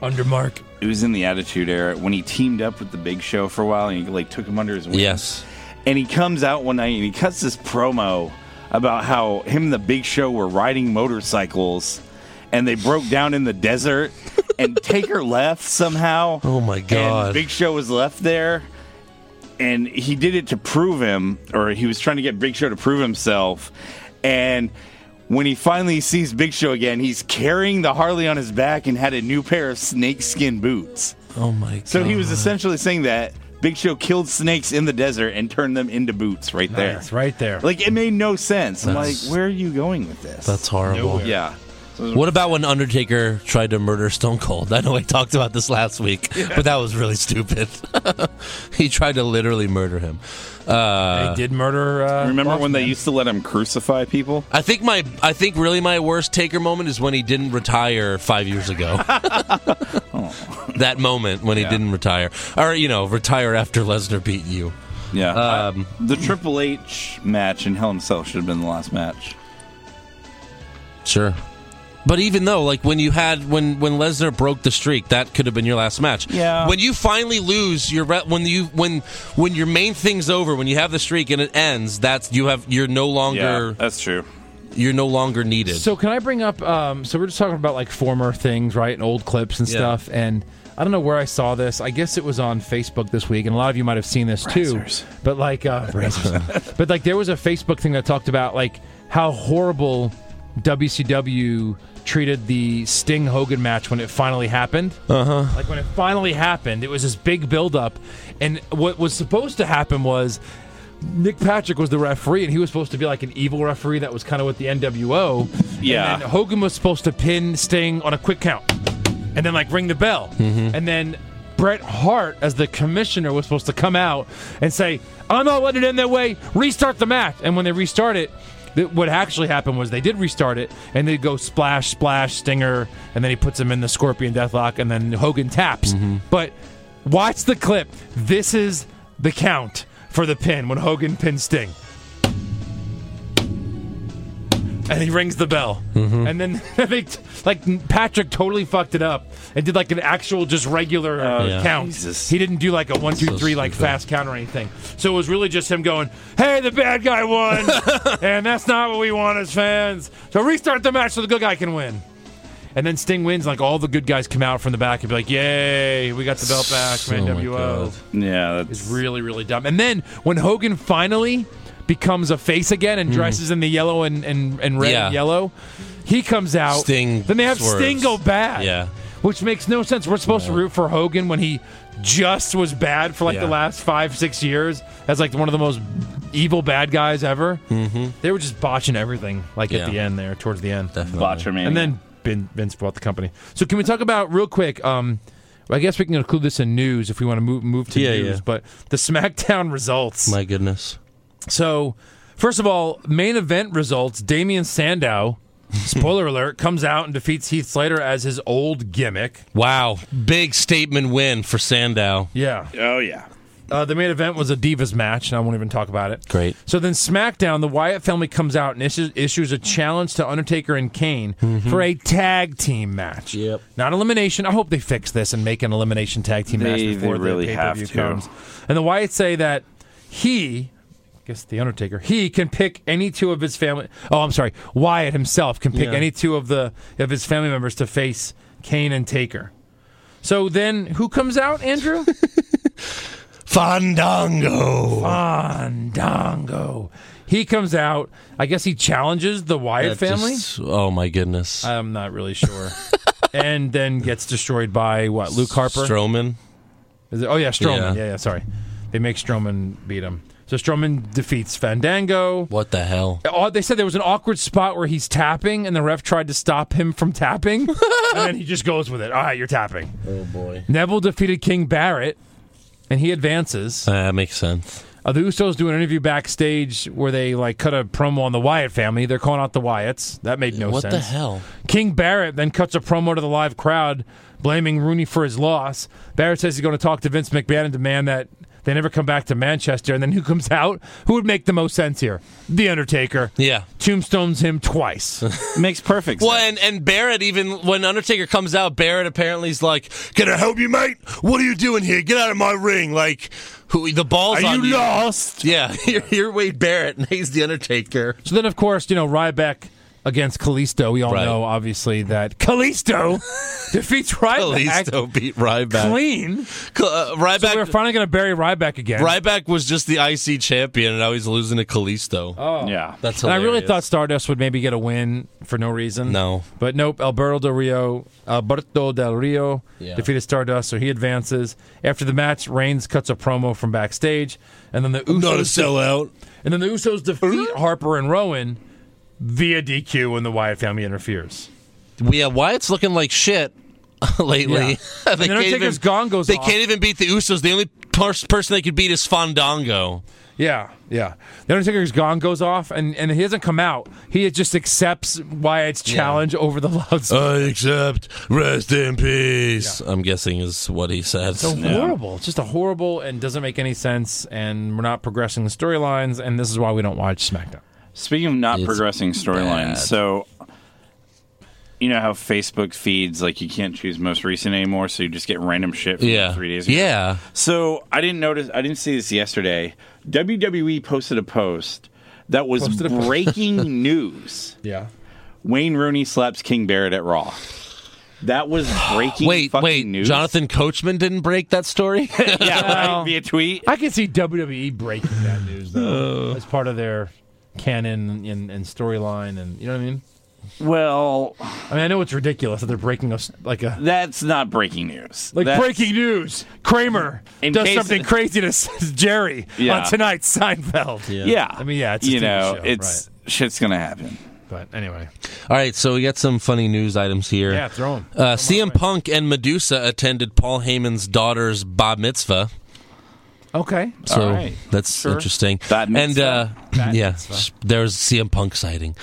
Speaker 7: under Mark?
Speaker 6: it was in the Attitude Era when he teamed up with the Big Show for a while and he like took him under his wing?
Speaker 4: Yes.
Speaker 6: And he comes out one night and he cuts this promo about how him and the Big Show were riding motorcycles and they broke down in the desert and Taker left somehow.
Speaker 4: Oh my
Speaker 6: And
Speaker 4: god.
Speaker 6: Big Show was left there, and he did it to prove him, or he was trying to get Big Show to prove himself. And when he finally sees Big Show again, he's carrying the Harley on his back and had a new pair of snakeskin boots.
Speaker 4: oh my god.
Speaker 6: So he was essentially saying that Big Show killed snakes in the desert and turned them into boots right there.
Speaker 7: That's right there.
Speaker 6: Like it made no sense. I'm like,
Speaker 4: That's-
Speaker 6: where are you going with this?
Speaker 4: That's horrible.
Speaker 6: yeah.
Speaker 4: What about when Undertaker tried to murder Stone Cold? I know I talked about this last week, but that was really stupid. he tried to literally murder him.
Speaker 7: they did murder. Uh,
Speaker 6: Remember when they
Speaker 7: Mothman.
Speaker 6: used to let him crucify people?
Speaker 4: I think my I think really my worst Taker moment is when he didn't retire 5 years ago. that moment when he didn't retire or you know, retire after Lesnar beat you.
Speaker 6: Yeah. the Triple H match in Hell in a Cell should have been the last match.
Speaker 4: Sure. But even though, like when you had when when Lesnar broke the streak, that could have been your last match.
Speaker 6: Yeah.
Speaker 4: When you finally lose your re- when you when when your main thing's over, when you have the streak and it ends, that's you have you're no longer
Speaker 6: that's true.
Speaker 4: you're no longer needed.
Speaker 7: So can I bring up? Um, so we're just talking about like former things, right, and old clips and
Speaker 4: Yeah.
Speaker 7: stuff. And I don't know where I saw this. I guess it was on Facebook this week, and a lot of you might have seen this
Speaker 6: Razzers.
Speaker 7: too. But like, uh, razzers. but like, there was a Facebook thing that talked about like how horrible WCW treated the Sting Hogan match when it finally happened. Like when it finally happened, it was this big buildup, and what was supposed to happen was Nick Patrick was the referee, and he was supposed to be like an evil referee that was kind of with the NWO.
Speaker 6: Yeah.
Speaker 7: And then Hogan was supposed to pin Sting on a quick count, and then like ring the bell, and then Bret Hart as the commissioner was supposed to come out and say, "I'm not letting it in that way. Restart the match." And when they restart it. th- What actually happened was they did restart it, and they go splash, splash, stinger, and then he puts him in the scorpion deathlock, and then Hogan taps. But watch the clip. This is the count for the pin when Hogan pins Sting. And he rings the bell, and then they t- like Patrick totally fucked it up and did like an actual just regular
Speaker 4: Oh, yeah.
Speaker 7: count.
Speaker 6: Jesus.
Speaker 7: He didn't do like a one two three
Speaker 4: So
Speaker 7: like
Speaker 4: stupid.
Speaker 7: fast count or anything. So it was really just him going, "Hey, the bad guy won, and that's not what we want as fans. So restart the match so the good guy can win." And then Sting wins. Like all the good guys come out from the back and be like, "Yay, we got the belt back from
Speaker 4: Oh my
Speaker 7: NWO."
Speaker 4: God.
Speaker 6: Yeah, that's
Speaker 7: It's really, really dumb. And then when Hogan finally becomes a face again and dresses in the yellow and, and, and red
Speaker 4: Hmm. Yeah.
Speaker 7: and yellow, he comes out.
Speaker 4: Sting
Speaker 7: Then they have
Speaker 4: swerves.
Speaker 7: Sting go bad.
Speaker 4: Yeah.
Speaker 7: Which makes no sense. We're supposed to root for Hogan when he just was bad for like
Speaker 4: Yeah.
Speaker 7: the last five, six years as like one of the most evil bad guys ever. Mm-hmm. They were just botching everything like
Speaker 4: Yeah.
Speaker 7: at the end there, towards the end.
Speaker 6: Botcher Man.
Speaker 7: And then Vin, Vince bought the company. So can we talk about real quick? Um, I guess we can include this in news if we want to move move to
Speaker 4: Yeah,
Speaker 7: news.
Speaker 4: yeah.
Speaker 7: But the SmackDown results.
Speaker 4: My goodness.
Speaker 7: so first of all, main event results. Damian Sandow, spoiler alert, comes out and defeats Heath Slater as his old gimmick.
Speaker 4: Wow, big statement win for Sandow.
Speaker 7: Yeah.
Speaker 6: oh yeah,
Speaker 7: Uh, the main event was a Divas match, and I won't even talk about it.
Speaker 4: Great.
Speaker 7: So then SmackDown, the Wyatt family comes out and issues, issues a challenge to Undertaker and Kane
Speaker 6: Mm-hmm.
Speaker 7: for a tag team match.
Speaker 4: Yep.
Speaker 7: Not elimination. I hope they fix this and make an elimination tag team match
Speaker 6: They- they
Speaker 7: before
Speaker 6: really
Speaker 7: the
Speaker 6: have
Speaker 7: pay-per-view
Speaker 6: to.
Speaker 7: comes. And the Wyatts say that he, I guess the Undertaker, he can pick any two of his family. Oh, I'm sorry, Wyatt himself can pick
Speaker 4: Yeah.
Speaker 7: any two of the of his family members to face Kane and Taker. So then, who comes out, Andrew?
Speaker 4: Fandango.
Speaker 7: Fandango. He comes out. I guess he challenges the Wyatt family.
Speaker 4: Just- oh my goodness.
Speaker 7: I'm not really sure. and then gets destroyed by what? Luke Harper?
Speaker 4: Strowman.
Speaker 7: Is it, oh yeah, Strowman.
Speaker 4: Yeah.
Speaker 7: Yeah. yeah, sorry. They make Strowman beat him. So Strowman defeats Fandango.
Speaker 4: What the hell?
Speaker 7: Oh, they said there was an awkward spot where he's tapping, and the ref tried to stop him from tapping, and then he just goes with it. All right, you're tapping.
Speaker 4: Oh boy.
Speaker 7: Neville defeated King Barrett, and he advances.
Speaker 4: That makes sense.
Speaker 7: Uh, the Usos do an interview backstage where they like cut a promo on the Wyatt family. They're calling out the Wyatts. That made no
Speaker 4: what
Speaker 7: sense.
Speaker 4: the hell?
Speaker 7: King Barrett then cuts a promo to the live crowd, blaming Rooney for his loss. Barrett says he's going to talk to Vince McMahon and demand that they never come back to Manchester. And then who comes out? Who would make the most sense here? The Undertaker.
Speaker 4: Yeah.
Speaker 7: Tombstones him twice.
Speaker 6: Makes perfect sense.
Speaker 4: Well, and, and Barrett even when Undertaker comes out, Barrett apparently is like, "Can I help you, mate? What are you doing here? Get out of my ring!" Like, who the balls
Speaker 6: Are
Speaker 4: on
Speaker 6: you lost?
Speaker 4: Yeah, you're, you're Wade Barrett, and he's the Undertaker.
Speaker 7: so then, of course, you know, Ryback against Kalisto. We all
Speaker 4: Right.
Speaker 7: know, obviously, that Kalisto defeats Ryback
Speaker 4: Kalisto beat Ryback.
Speaker 7: clean.
Speaker 4: Cl- uh, Ryback.
Speaker 7: So we're finally going to bury Ryback again.
Speaker 4: Ryback was just the IC champion, and now he's losing to Kalisto. Oh,
Speaker 6: yeah.
Speaker 4: that's
Speaker 7: And I
Speaker 4: hilarious.
Speaker 7: really thought Stardust would maybe get a win for no reason.
Speaker 4: No.
Speaker 7: But nope, Alberto Del Rio, Alberto Del Rio
Speaker 4: Yeah.
Speaker 7: defeated Stardust, so he advances. After the match, Reigns cuts a promo from backstage, and then the Usos
Speaker 4: not a sellout.
Speaker 7: and then the Usos defeat Harper and Rowan via DQ when the Wyatt family interferes.
Speaker 4: Yeah, Wyatt's looking like shit lately.
Speaker 7: Yeah. And
Speaker 4: they
Speaker 7: then
Speaker 4: can't
Speaker 7: Undertaker's
Speaker 4: even,
Speaker 7: gong goes
Speaker 4: They
Speaker 7: off.
Speaker 4: can't even beat the Usos. The only pers- person they could beat is Fandango.
Speaker 7: Yeah, yeah. The Undertaker's gong goes off, and, and he doesn't come out. He just accepts Wyatt's challenge over the loudspeaker.
Speaker 4: I accept. Rest in peace. I'm guessing is what he said.
Speaker 7: So horrible. It's just a horrible and doesn't make any sense. And we're not progressing the storylines. And this is why we don't watch SmackDown.
Speaker 6: Speaking of not
Speaker 4: It's
Speaker 6: progressing storylines,
Speaker 4: bad.
Speaker 6: so you know how Facebook feeds like you can't choose most recent anymore, so you just get random shit from
Speaker 4: yeah.
Speaker 6: three days ago.
Speaker 4: Yeah.
Speaker 6: So I didn't notice. I didn't see this yesterday. WWE posted a post that was
Speaker 7: Posted a post.
Speaker 6: breaking news.
Speaker 7: Yeah.
Speaker 6: Wayne Rooney slaps King Barrett at Raw. That was breaking
Speaker 4: Wait,
Speaker 6: fucking
Speaker 4: wait.
Speaker 6: news.
Speaker 4: Jonathan Coachman didn't break that story?
Speaker 6: yeah, right, via tweet.
Speaker 7: I can see WWE breaking that news, though, as part of their canon and, and storyline. And you know what I mean?
Speaker 6: Well,
Speaker 7: I mean, I know it's ridiculous that they're breaking us like a.
Speaker 6: that's not breaking news.
Speaker 7: Like
Speaker 6: That's-
Speaker 7: breaking news, Kramer
Speaker 6: In
Speaker 7: does
Speaker 6: case-
Speaker 7: something crazy to s- Jerry
Speaker 6: Yeah.
Speaker 7: on tonight's Seinfeld.
Speaker 6: Yeah,
Speaker 7: I mean, yeah, it's a
Speaker 6: you
Speaker 7: TV
Speaker 6: know,
Speaker 7: show,
Speaker 6: it's shit's gonna happen.
Speaker 7: But anyway,
Speaker 4: All right, so we got some funny news items here.
Speaker 7: yeah, throw 'em.
Speaker 4: Uh, CM Punk and Medusa attended Paul Heyman's daughter's bat mitzvah.
Speaker 7: Okay,
Speaker 4: So
Speaker 6: All right.
Speaker 4: that's
Speaker 6: Sure.
Speaker 4: interesting.
Speaker 6: Bat
Speaker 4: and uh,
Speaker 6: mitzvah.
Speaker 4: yeah, there's CM Punk sighting.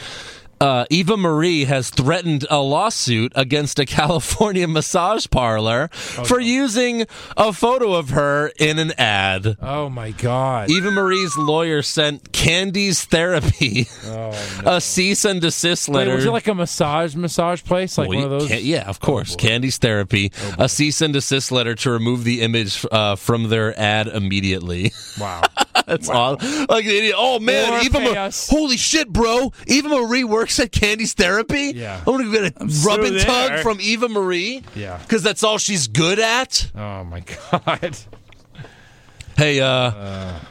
Speaker 4: Uh, Eva Marie has threatened a lawsuit against a California massage parlor
Speaker 7: Oh,
Speaker 4: for using a photo of her in an ad.
Speaker 7: oh my god,
Speaker 4: Eva Marie's lawyer sent Candy's Therapy a cease and desist
Speaker 7: Oh, Wait,
Speaker 4: letter.
Speaker 7: was it like a massage massage place, like
Speaker 4: Well,
Speaker 7: one of
Speaker 4: you
Speaker 7: those? Oh,
Speaker 4: can't- yeah, of course. Candy's therapy, a cease and desist letter to remove the image uh, from their ad immediately.
Speaker 7: Wow.
Speaker 4: That's all. Like the idiot. Oh man,
Speaker 7: Or
Speaker 4: Eva
Speaker 7: pay
Speaker 4: Ma-
Speaker 7: us.
Speaker 4: holy shit, bro! Eva Marie works at Candy's therapy.
Speaker 7: Yeah.
Speaker 4: I'm gonna get a rub and
Speaker 6: still
Speaker 4: tug
Speaker 6: there.
Speaker 4: from Eva Marie.
Speaker 7: Yeah.
Speaker 4: because that's all she's good at.
Speaker 7: Oh my god.
Speaker 4: Hey, uh, uh,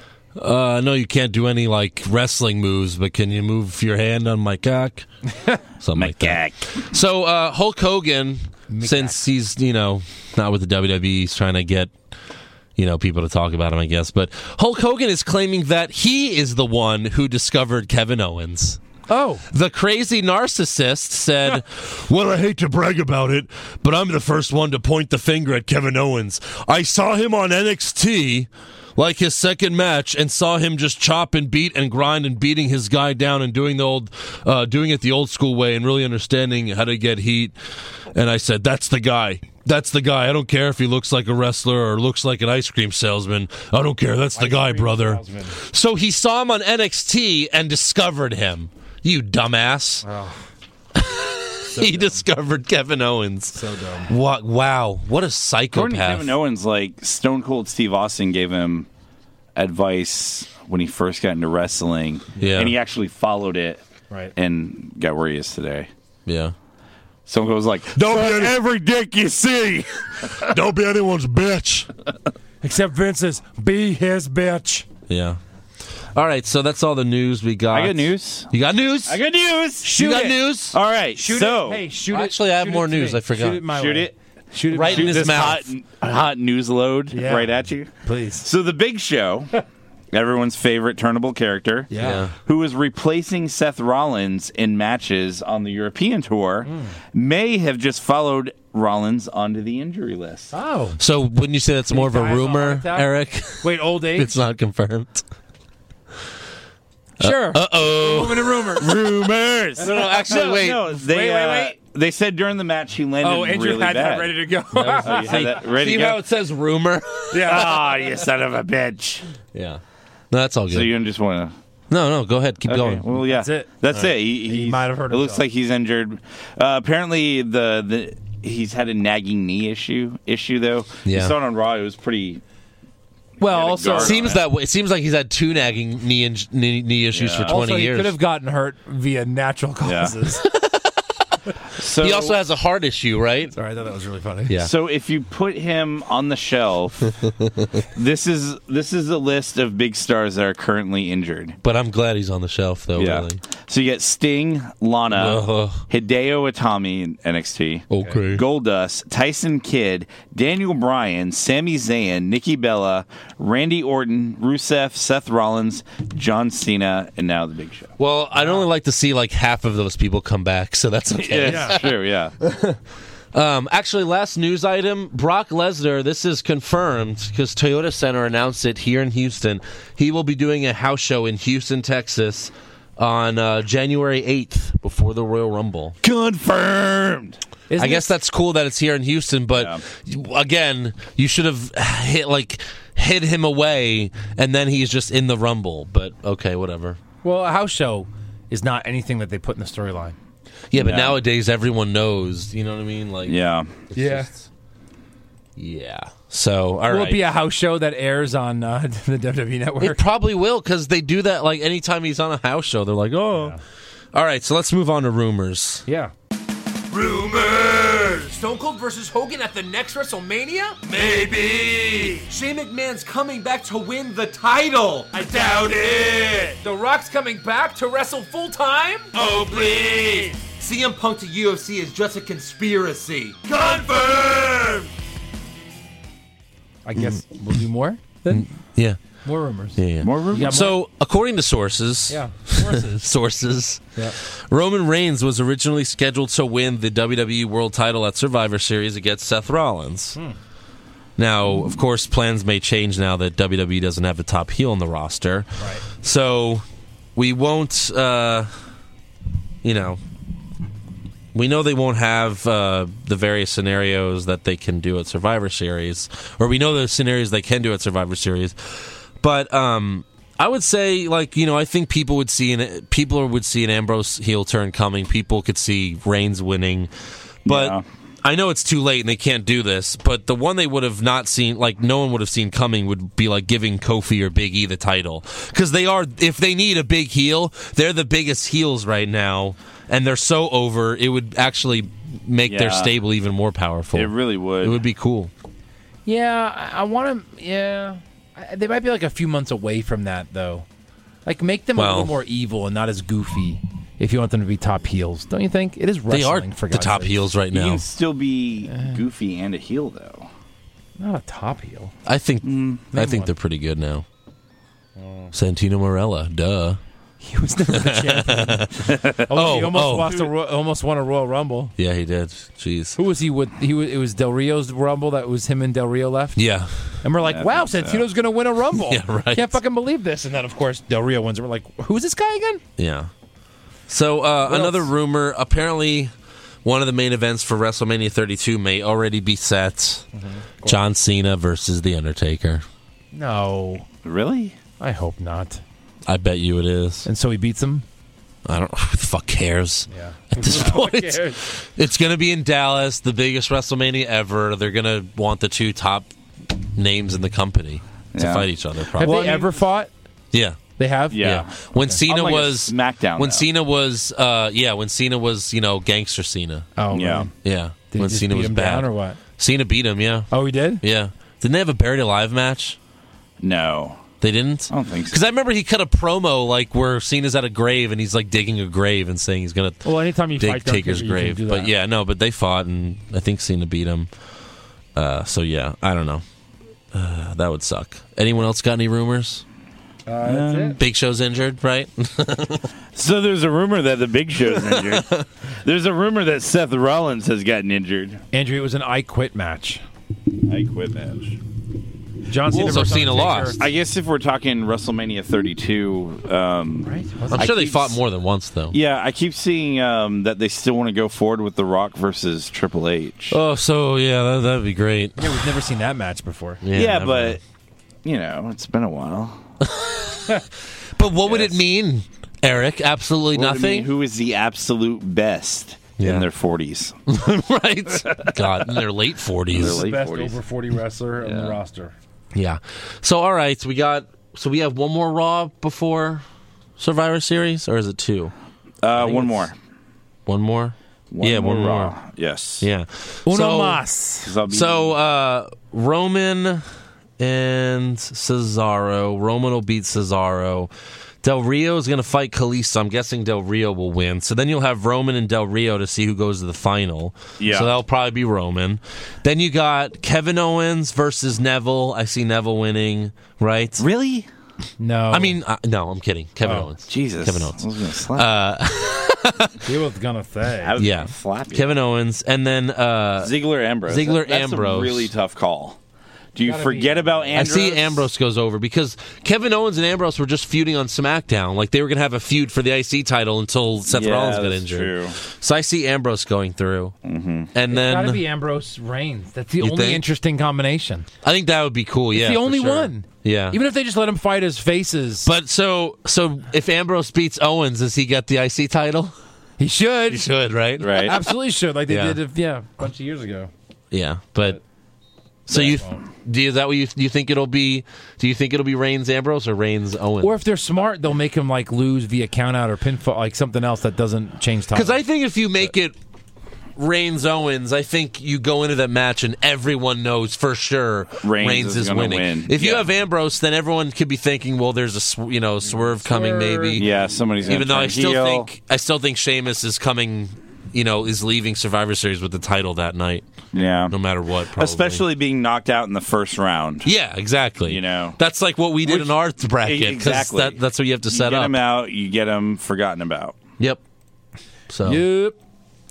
Speaker 4: I know you can't do any like wrestling moves, but can you move your hand on my cock? Something like that.
Speaker 6: Gag.
Speaker 4: So uh, Hulk Hogan, since he's you know not with the WWE, he's trying to get you know people to talk about him, I guess. But Hulk Hogan is claiming that he is the one who discovered Kevin Owens.
Speaker 7: Oh,
Speaker 4: The crazy narcissist said, Well, I hate to brag about it, but I'm the first one to point the finger at Kevin Owens. I saw him on NXT, like his second match, and saw him just chop and beat and grind and beating his guy down and doing the old, uh, doing it the old school way and really understanding how to get heat. And I said, That's the guy. That's the guy. I don't care if he looks like a wrestler or looks like an ice cream salesman. I don't care. That's the guy, brother. So he saw him on NXT and discovered him. You dumbass. he discovered Kevin Owens. So dumb. What? Wow. What a
Speaker 6: According to
Speaker 4: psychopath.
Speaker 6: Kevin Owens, like Stone Cold Steve Austin gave him advice when he first got into wrestling,
Speaker 4: Yeah.
Speaker 6: and he actually followed it
Speaker 7: right.
Speaker 6: and got where he is today.
Speaker 4: yeah.
Speaker 6: Stone Cold was like,
Speaker 4: Don't be, any-
Speaker 6: "Every dick you see."
Speaker 4: don't be anyone's bitch.
Speaker 7: Except Vince's be his bitch.
Speaker 4: Yeah. All right. So that's all the news we got.
Speaker 6: I got news.
Speaker 4: You got news?
Speaker 6: I got Oh. news. Shoot
Speaker 4: you got
Speaker 6: it.
Speaker 4: news?
Speaker 6: All right. so
Speaker 7: hey, shoot it.
Speaker 4: Actually, I have
Speaker 7: shoot
Speaker 4: more
Speaker 7: it to
Speaker 4: news.
Speaker 7: me.
Speaker 4: I forgot.
Speaker 7: Shoot it, my
Speaker 6: shoot
Speaker 7: way.
Speaker 6: it.
Speaker 7: Shoot it
Speaker 4: Right in
Speaker 7: my way.
Speaker 4: his
Speaker 6: This
Speaker 4: mouth.
Speaker 6: hot, hot news load
Speaker 7: Yeah.
Speaker 6: right at you.
Speaker 7: please.
Speaker 6: So the Big Show everyone's favorite turnable character,
Speaker 4: Yeah.
Speaker 6: who was replacing Seth Rollins in matches on the European tour,
Speaker 7: Hmm.
Speaker 6: may have just followed Rollins onto the injury list.
Speaker 7: Oh.
Speaker 4: So wouldn't you say that's more of a
Speaker 7: dies of a heart
Speaker 4: rumor,
Speaker 7: attack?
Speaker 4: Eric?
Speaker 7: Wait, old age?
Speaker 4: it's not confirmed.
Speaker 7: sure.
Speaker 4: Uh oh.
Speaker 7: Moving a rumor.
Speaker 6: Rumors.
Speaker 4: No, no, actually,
Speaker 6: No,
Speaker 4: wait.
Speaker 6: no, they,
Speaker 7: Wait, wait,
Speaker 6: uh,
Speaker 7: wait.
Speaker 6: they said during the match he landed
Speaker 7: oh, Andrew
Speaker 6: really
Speaker 7: had
Speaker 6: bad.
Speaker 7: that ready to go.
Speaker 6: Oh, you had that ready
Speaker 4: See
Speaker 6: to go?
Speaker 4: how it says rumor?
Speaker 6: Ah, you son of a bitch.
Speaker 4: yeah. No, that's all good.
Speaker 6: So you just want to.
Speaker 4: no, no, go ahead. Keep
Speaker 6: Okay,
Speaker 4: going.
Speaker 6: well, yeah,
Speaker 7: That's it.
Speaker 6: That's it. He, he's-
Speaker 7: might have hurt
Speaker 6: It looks
Speaker 7: himself.
Speaker 6: like he's injured. Uh, apparently, the the he's had a nagging knee issue. Issue though,
Speaker 4: Yeah.
Speaker 6: You saw it on Raw. It was pretty.
Speaker 7: well,
Speaker 6: a
Speaker 7: also,
Speaker 6: guard
Speaker 4: it seems that way. It seems like he's had two nagging knee inj- knee, knee issues
Speaker 6: Yeah.
Speaker 4: for 20
Speaker 7: also he
Speaker 4: years.
Speaker 7: could have gotten hurt via natural
Speaker 6: Yeah.
Speaker 7: causes.
Speaker 6: So
Speaker 4: He also has a heart issue, right?
Speaker 7: Sorry, I thought that was really funny.
Speaker 4: Yeah.
Speaker 6: So if you put him on the shelf, this is this is a list of big stars that are currently injured.
Speaker 4: But I'm glad he's on the shelf, though. Oh, Really.
Speaker 6: So you get Sting, Lana,
Speaker 4: Uh-huh.
Speaker 6: Hideo Itami in NXT,
Speaker 4: Okay.
Speaker 6: Goldust, Tyson Kidd, Daniel Bryan, Sami Zayn, Nikki Bella, Randy Orton, Rusev, Seth Rollins, John Cena, and now the Big Show.
Speaker 4: Well, I'd only like to see like half of those people come back, so that's okay.
Speaker 6: Yeah, sure, yeah.
Speaker 4: Um, actually, last news item: Brock Lesnar. This is confirmed because Toyota Center announced it here in Houston. He will be doing a house show in Houston, Texas, on uh, January eighth before the Royal Rumble.
Speaker 6: Confirmed.
Speaker 7: Isn't
Speaker 4: I guess that's cool that it's here in Houston, but again, you should have hit like hid him away, and then he's just in the Rumble. But okay, whatever.
Speaker 7: it- well, a house show is not anything that they put in the storyline.
Speaker 4: Yeah, but
Speaker 6: Yeah.
Speaker 4: nowadays everyone knows. You know what I mean? Like,
Speaker 6: Yeah.
Speaker 7: Yeah.
Speaker 4: yeah. So, all right.
Speaker 7: Will it be a house show that airs on uh, the WWE
Speaker 4: It
Speaker 7: network?
Speaker 4: probably will because they do that. Like anytime he's on a house show, they're like, "Oh, all right." So let's move on to rumors.
Speaker 7: yeah.
Speaker 10: Stone Cold versus Hogan at the next WrestleMania? Maybe. Shane McMahon's coming back to win the title. I doubt it. The Rock's coming back to wrestle full time? Oh, please. CM Punk to UFC is just a conspiracy.
Speaker 7: I guess
Speaker 4: Mm.
Speaker 7: we'll do more then.
Speaker 4: Yeah,
Speaker 7: More rumors.
Speaker 4: yeah. Mm. yeah.
Speaker 6: More rumors.
Speaker 7: You got more-
Speaker 4: So according to sources,
Speaker 7: yeah, horses.
Speaker 4: sources,
Speaker 7: Yeah.
Speaker 4: Roman Reigns was originally scheduled to win the WWE World Title at Survivor Series against Seth Rollins. Now, of course, plans may change now that WWE doesn't have a top heel on the roster. Right. So we won't, uh, you know, we know they won't have uh, the various scenarios that they can do at Survivor Series, or we know the scenarios they can do at Survivor Series. But um, I would say, like you know, I think people would see an people would see an Ambrose heel turn coming. People could see Reigns winning, but.
Speaker 6: Yeah.
Speaker 4: I know it's too late and they can't do this, but the one they would have not seen, like no one would have seen coming, would be like giving Kofi or Big E the title because they are, if they need a big heel, they're the biggest heels right now, and they're so over. It would actually make their
Speaker 6: Yeah.
Speaker 4: stable even more powerful.
Speaker 6: It really would.
Speaker 4: It would be cool.
Speaker 7: Yeah, I, I want to. Yeah, I, they might be like a few months away from that though. Like, make them a
Speaker 4: Well-
Speaker 7: little more evil and not as goofy. If you want them to be top heels, don't you think it is
Speaker 4: They are
Speaker 7: wrestling? for
Speaker 4: the
Speaker 7: God's
Speaker 4: top
Speaker 7: sake.
Speaker 4: heels right
Speaker 6: You
Speaker 4: now.
Speaker 6: can still be goofy and a heel though.
Speaker 7: Not a top heel.
Speaker 4: I think I
Speaker 7: name
Speaker 4: think
Speaker 7: Mm, one. Oh.
Speaker 4: they're pretty good now. Santino Morella, duh.
Speaker 7: He was never the champion. oh, he
Speaker 4: Oh,
Speaker 7: almost
Speaker 4: oh.
Speaker 7: lost a Ro- almost won a Royal Rumble.
Speaker 4: Yeah, he did. Jeez.
Speaker 7: Who was he with? He was, it was Del Rio's Rumble. That was him and Del Rio left.
Speaker 4: Yeah.
Speaker 7: And we're like,
Speaker 6: Yeah, I
Speaker 7: wow,
Speaker 6: think so.
Speaker 7: Santino's going to win a Rumble.
Speaker 4: Yeah, right.
Speaker 7: Can't fucking believe this. And then, of course, Del Rio wins. And we're like, who's this guy again?
Speaker 4: Yeah. So uh, another rumor. Apparently, one of the main events for WrestleMania 32 may already be set.
Speaker 7: Mm-hmm.
Speaker 4: John Cena versus The Undertaker.
Speaker 7: No,
Speaker 6: Really?
Speaker 7: I hope not.
Speaker 4: I bet you it is.
Speaker 7: And so he beats him.
Speaker 4: I don't. Who the fuck cares?
Speaker 7: Yeah.
Speaker 4: At this point,
Speaker 7: cares?
Speaker 4: it's going to be in Dallas, the biggest WrestleMania ever. They're going to want the two top names in the company to
Speaker 6: Yeah.
Speaker 4: fight each other.
Speaker 7: Have
Speaker 4: Probably.
Speaker 7: they ever fought?
Speaker 4: yeah.
Speaker 7: They have.
Speaker 6: Yeah.
Speaker 4: When Cena
Speaker 6: Unlike a
Speaker 4: was
Speaker 6: SmackDown,
Speaker 4: When
Speaker 6: though.
Speaker 4: Cena was, uh, yeah. When Cena was, you know, gangster Cena.
Speaker 7: Oh
Speaker 6: Yeah.
Speaker 7: man.
Speaker 4: Yeah.
Speaker 7: Did he
Speaker 4: when
Speaker 7: just
Speaker 4: Cena
Speaker 7: beat
Speaker 4: was
Speaker 7: him
Speaker 4: bad
Speaker 7: down or what?
Speaker 4: Cena beat him, yeah.
Speaker 7: Oh, he did.
Speaker 4: Yeah. Didn't they have a buried alive match?
Speaker 6: No.
Speaker 4: They didn't?
Speaker 6: I don't think so.
Speaker 4: Because I remember he cut a promo like where Cena's at a grave and he's like digging a grave and saying he's going to
Speaker 7: Well, anytime you
Speaker 4: dig
Speaker 7: fight Darth
Speaker 4: Taker's
Speaker 7: Vader, you can
Speaker 4: grave.
Speaker 7: do
Speaker 4: But
Speaker 7: that.
Speaker 4: yeah, no, but they fought and I think Cena beat him. Uh, so yeah, I don't know. Uh, that would suck. Anyone else got any rumors? Big Show's injured, right?
Speaker 6: So there's a rumor that the Big Show's injured. there's a rumor that Seth Rollins has gotten injured.
Speaker 7: Andrew, it was an I quit match.
Speaker 6: I quit match.
Speaker 7: John Cena.
Speaker 4: so
Speaker 7: versus
Speaker 4: Cena
Speaker 7: Undertaker.
Speaker 4: lost.
Speaker 6: I guess if we're talking WrestleMania 32, um,
Speaker 4: I'm sure
Speaker 6: I
Speaker 4: they
Speaker 6: keep
Speaker 4: fought
Speaker 6: s-
Speaker 4: more than once, though.
Speaker 6: yeah, I keep seeing um, that they still want to go forward with The Rock versus Triple H.
Speaker 4: Oh, so yeah, that, that'd be great.
Speaker 7: Yeah, we've never seen that match before.
Speaker 6: yeah,
Speaker 4: never
Speaker 6: but you know, it's been a while.
Speaker 4: mind. but what would it mean, Eric? Absolutely
Speaker 6: Well, I mean,
Speaker 4: nothing,
Speaker 6: who is the absolute best
Speaker 4: Yeah.
Speaker 6: in their 40s?
Speaker 4: right? God, in their late
Speaker 6: Their
Speaker 4: forties.
Speaker 6: late
Speaker 7: Best
Speaker 6: 40s.
Speaker 7: over 40 wrestler on the roster.
Speaker 4: Yeah. So all right, we got. So we have one more Raw before Survivor Series, or is it two?
Speaker 6: Uh, one more.
Speaker 4: One more. yeah, one more.
Speaker 6: Raw. Yes.
Speaker 4: Yeah.
Speaker 7: Uno
Speaker 4: so,
Speaker 7: mas.
Speaker 6: 'Cause I'll be-
Speaker 4: So uh, Roman and Cesaro. Roman will beat Cesaro. Del Rio is going to fight Kalisto. I'm guessing Del Rio will win. So then you'll have Roman and Del Rio to see who goes to the final.
Speaker 6: Yeah.
Speaker 4: So that'll probably be Roman. Then you got Kevin Owens versus Neville. I see Neville winning, right?
Speaker 6: really? Oh.
Speaker 7: No.
Speaker 4: I mean, uh, no, I'm kidding. Kevin Owens.
Speaker 6: Jesus.
Speaker 4: Kevin Owens. Uh,
Speaker 6: I was gonna slap.
Speaker 7: he was going to say.
Speaker 6: I was
Speaker 4: yeah.
Speaker 6: gonna slap you.
Speaker 4: Kevin Owens. And then uh,
Speaker 6: Ziggler Ambrose.
Speaker 4: Ziggler
Speaker 6: That- that's
Speaker 4: Ambrose.
Speaker 6: a really tough call. Do you forget about
Speaker 4: I
Speaker 6: Ambrose?
Speaker 4: see Ambrose goes over because Kevin Owens and Ambrose were just feuding on SmackDown. Like they were going to have a feud for the IC title until Seth
Speaker 6: Yeah,
Speaker 4: Rollins got
Speaker 6: that's
Speaker 4: injured.
Speaker 6: true.
Speaker 4: So I see Ambrose going through. Mm-hmm. And
Speaker 7: Gotta
Speaker 4: then
Speaker 7: be Ambrose Reigns. That's the
Speaker 4: You
Speaker 7: only
Speaker 4: think?
Speaker 7: interesting combination.
Speaker 4: I think that would be cool. yeah.
Speaker 7: the
Speaker 4: for
Speaker 7: only
Speaker 4: sure.
Speaker 7: one.
Speaker 4: Yeah.
Speaker 7: Even if they just let him fight his faces,
Speaker 4: but so so if Ambrose beats Owens, does he get the IC title?
Speaker 7: he should.
Speaker 4: He should, right?
Speaker 6: Right.
Speaker 7: Absolutely should, like they
Speaker 4: Yeah.
Speaker 7: did, yeah, a bunch of years ago.
Speaker 4: Yeah. But so you do you, is that what you do you think it'll be do you think it'll be Reigns Ambrose or Reigns Owens?
Speaker 7: Or if they're smart, they'll make him like lose via countout or pinfall, like something else that doesn't change time.
Speaker 4: Because I think if you make it Reigns Owens, I think you go into that match and everyone knows for sure Reigns,
Speaker 6: Reigns
Speaker 4: is,
Speaker 6: is gonna
Speaker 4: winning.
Speaker 6: win.
Speaker 4: If you
Speaker 6: Yeah.
Speaker 4: have Ambrose, then everyone could be thinking, well, there's a sw- you know swerve coming maybe.
Speaker 6: Yeah, somebody's gonna
Speaker 4: Even though I
Speaker 6: turn
Speaker 4: still
Speaker 6: heel.
Speaker 4: think I still think Sheamus is coming, you know, is leaving Survivor Series with the title that night,
Speaker 6: Yeah.
Speaker 4: no matter what. Probably.
Speaker 6: Especially being knocked out in the first round.
Speaker 4: Yeah, exactly.
Speaker 6: You know.
Speaker 4: that's like what we did
Speaker 6: Which-
Speaker 4: in our bracket. 'cause
Speaker 6: Exactly.
Speaker 4: That, that's what you have to set
Speaker 6: you get
Speaker 4: up.
Speaker 6: him out, you get him forgotten about.
Speaker 4: Yep. So.
Speaker 7: Oh. Yep.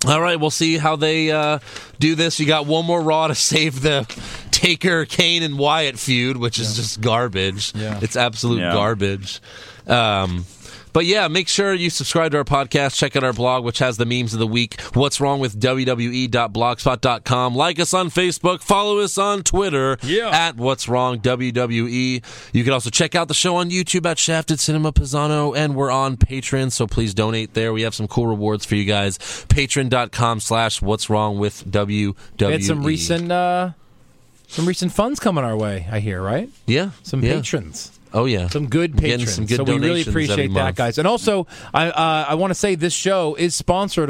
Speaker 4: All right, we'll see how they uh, do this. You got one more Raw to save the Taker, Kane, and Wyatt feud, which is just garbage.
Speaker 7: Yeah.
Speaker 4: It's absolute
Speaker 6: Yeah.
Speaker 4: garbage. Um, but yeah, make sure you subscribe to our podcast. Check out our blog, which has the memes of the week. What's wrong with E WWE.blogspot.com. Like us on Facebook. Follow us on Twitter
Speaker 7: Yeah.
Speaker 4: at What's Wrong WWE. You can also check out the show on YouTube at Shafted Cinema Pisano, and we're on Patreon, so please donate there. We have some cool rewards for you guys. Patreon.com slash What's Wrong with E. WWE.
Speaker 7: We had some recent, uh, some recent funds coming our way. I hear, right?
Speaker 4: yeah,
Speaker 7: Some
Speaker 4: yeah.
Speaker 7: patrons.
Speaker 4: Oh yeah,
Speaker 7: some good
Speaker 4: Getting
Speaker 7: patrons.
Speaker 4: some good
Speaker 7: so we really
Speaker 4: donations every
Speaker 7: appreciate that,
Speaker 4: month.
Speaker 7: guys. And also, I uh, I want to say this show is sponsored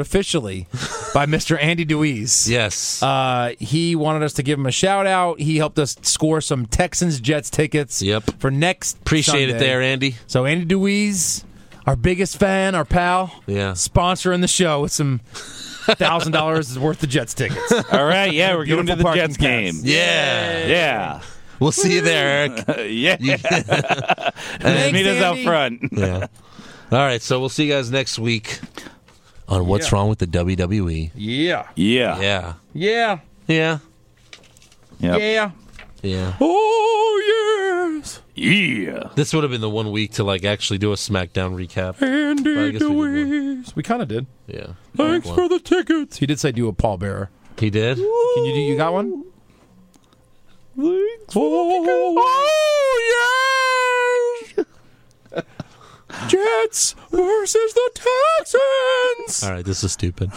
Speaker 7: officially by Mr. Andy Deweese.
Speaker 4: Yes,
Speaker 7: Uh, he wanted us to give him a shout out. He helped us score some Texans Jets tickets.
Speaker 4: Yep.
Speaker 7: For next
Speaker 4: appreciate it
Speaker 7: Sunday.
Speaker 4: there, Andy.
Speaker 7: So Andy Deweese, our biggest fan, our pal,
Speaker 4: Yeah.
Speaker 7: sponsoring the show with some thousand dollars worth of Jets tickets.
Speaker 6: All right, yeah, we're going to
Speaker 7: Beautiful
Speaker 6: the
Speaker 7: parking
Speaker 6: Jets
Speaker 7: pass.
Speaker 6: game.
Speaker 4: Yeah,
Speaker 6: Yeah.
Speaker 4: we'll see you there, Eric.
Speaker 6: Yeah.
Speaker 7: Thanks,
Speaker 6: Meet us out
Speaker 7: Andy.
Speaker 6: front.
Speaker 4: Yeah. All right, so we'll see you guys next week on What's Wrong with the WWE.
Speaker 7: Yeah.
Speaker 6: Yeah.
Speaker 4: Yeah,
Speaker 7: Yeah.
Speaker 4: yeah,
Speaker 6: Yep.
Speaker 7: Yeah.
Speaker 4: yeah.
Speaker 7: Oh yes.
Speaker 6: Yeah.
Speaker 4: This would have been the one week to like actually do a SmackDown recap. But I guess we did one.
Speaker 7: We kind of did.
Speaker 4: Yeah.
Speaker 7: Thanks
Speaker 4: One.
Speaker 7: for the tickets. He did say do a pallbearer.
Speaker 4: He did.
Speaker 7: Can you do? You got one? oh,
Speaker 6: Oh, yeah.
Speaker 7: Jets versus the Texans.
Speaker 4: All right, this is stupid.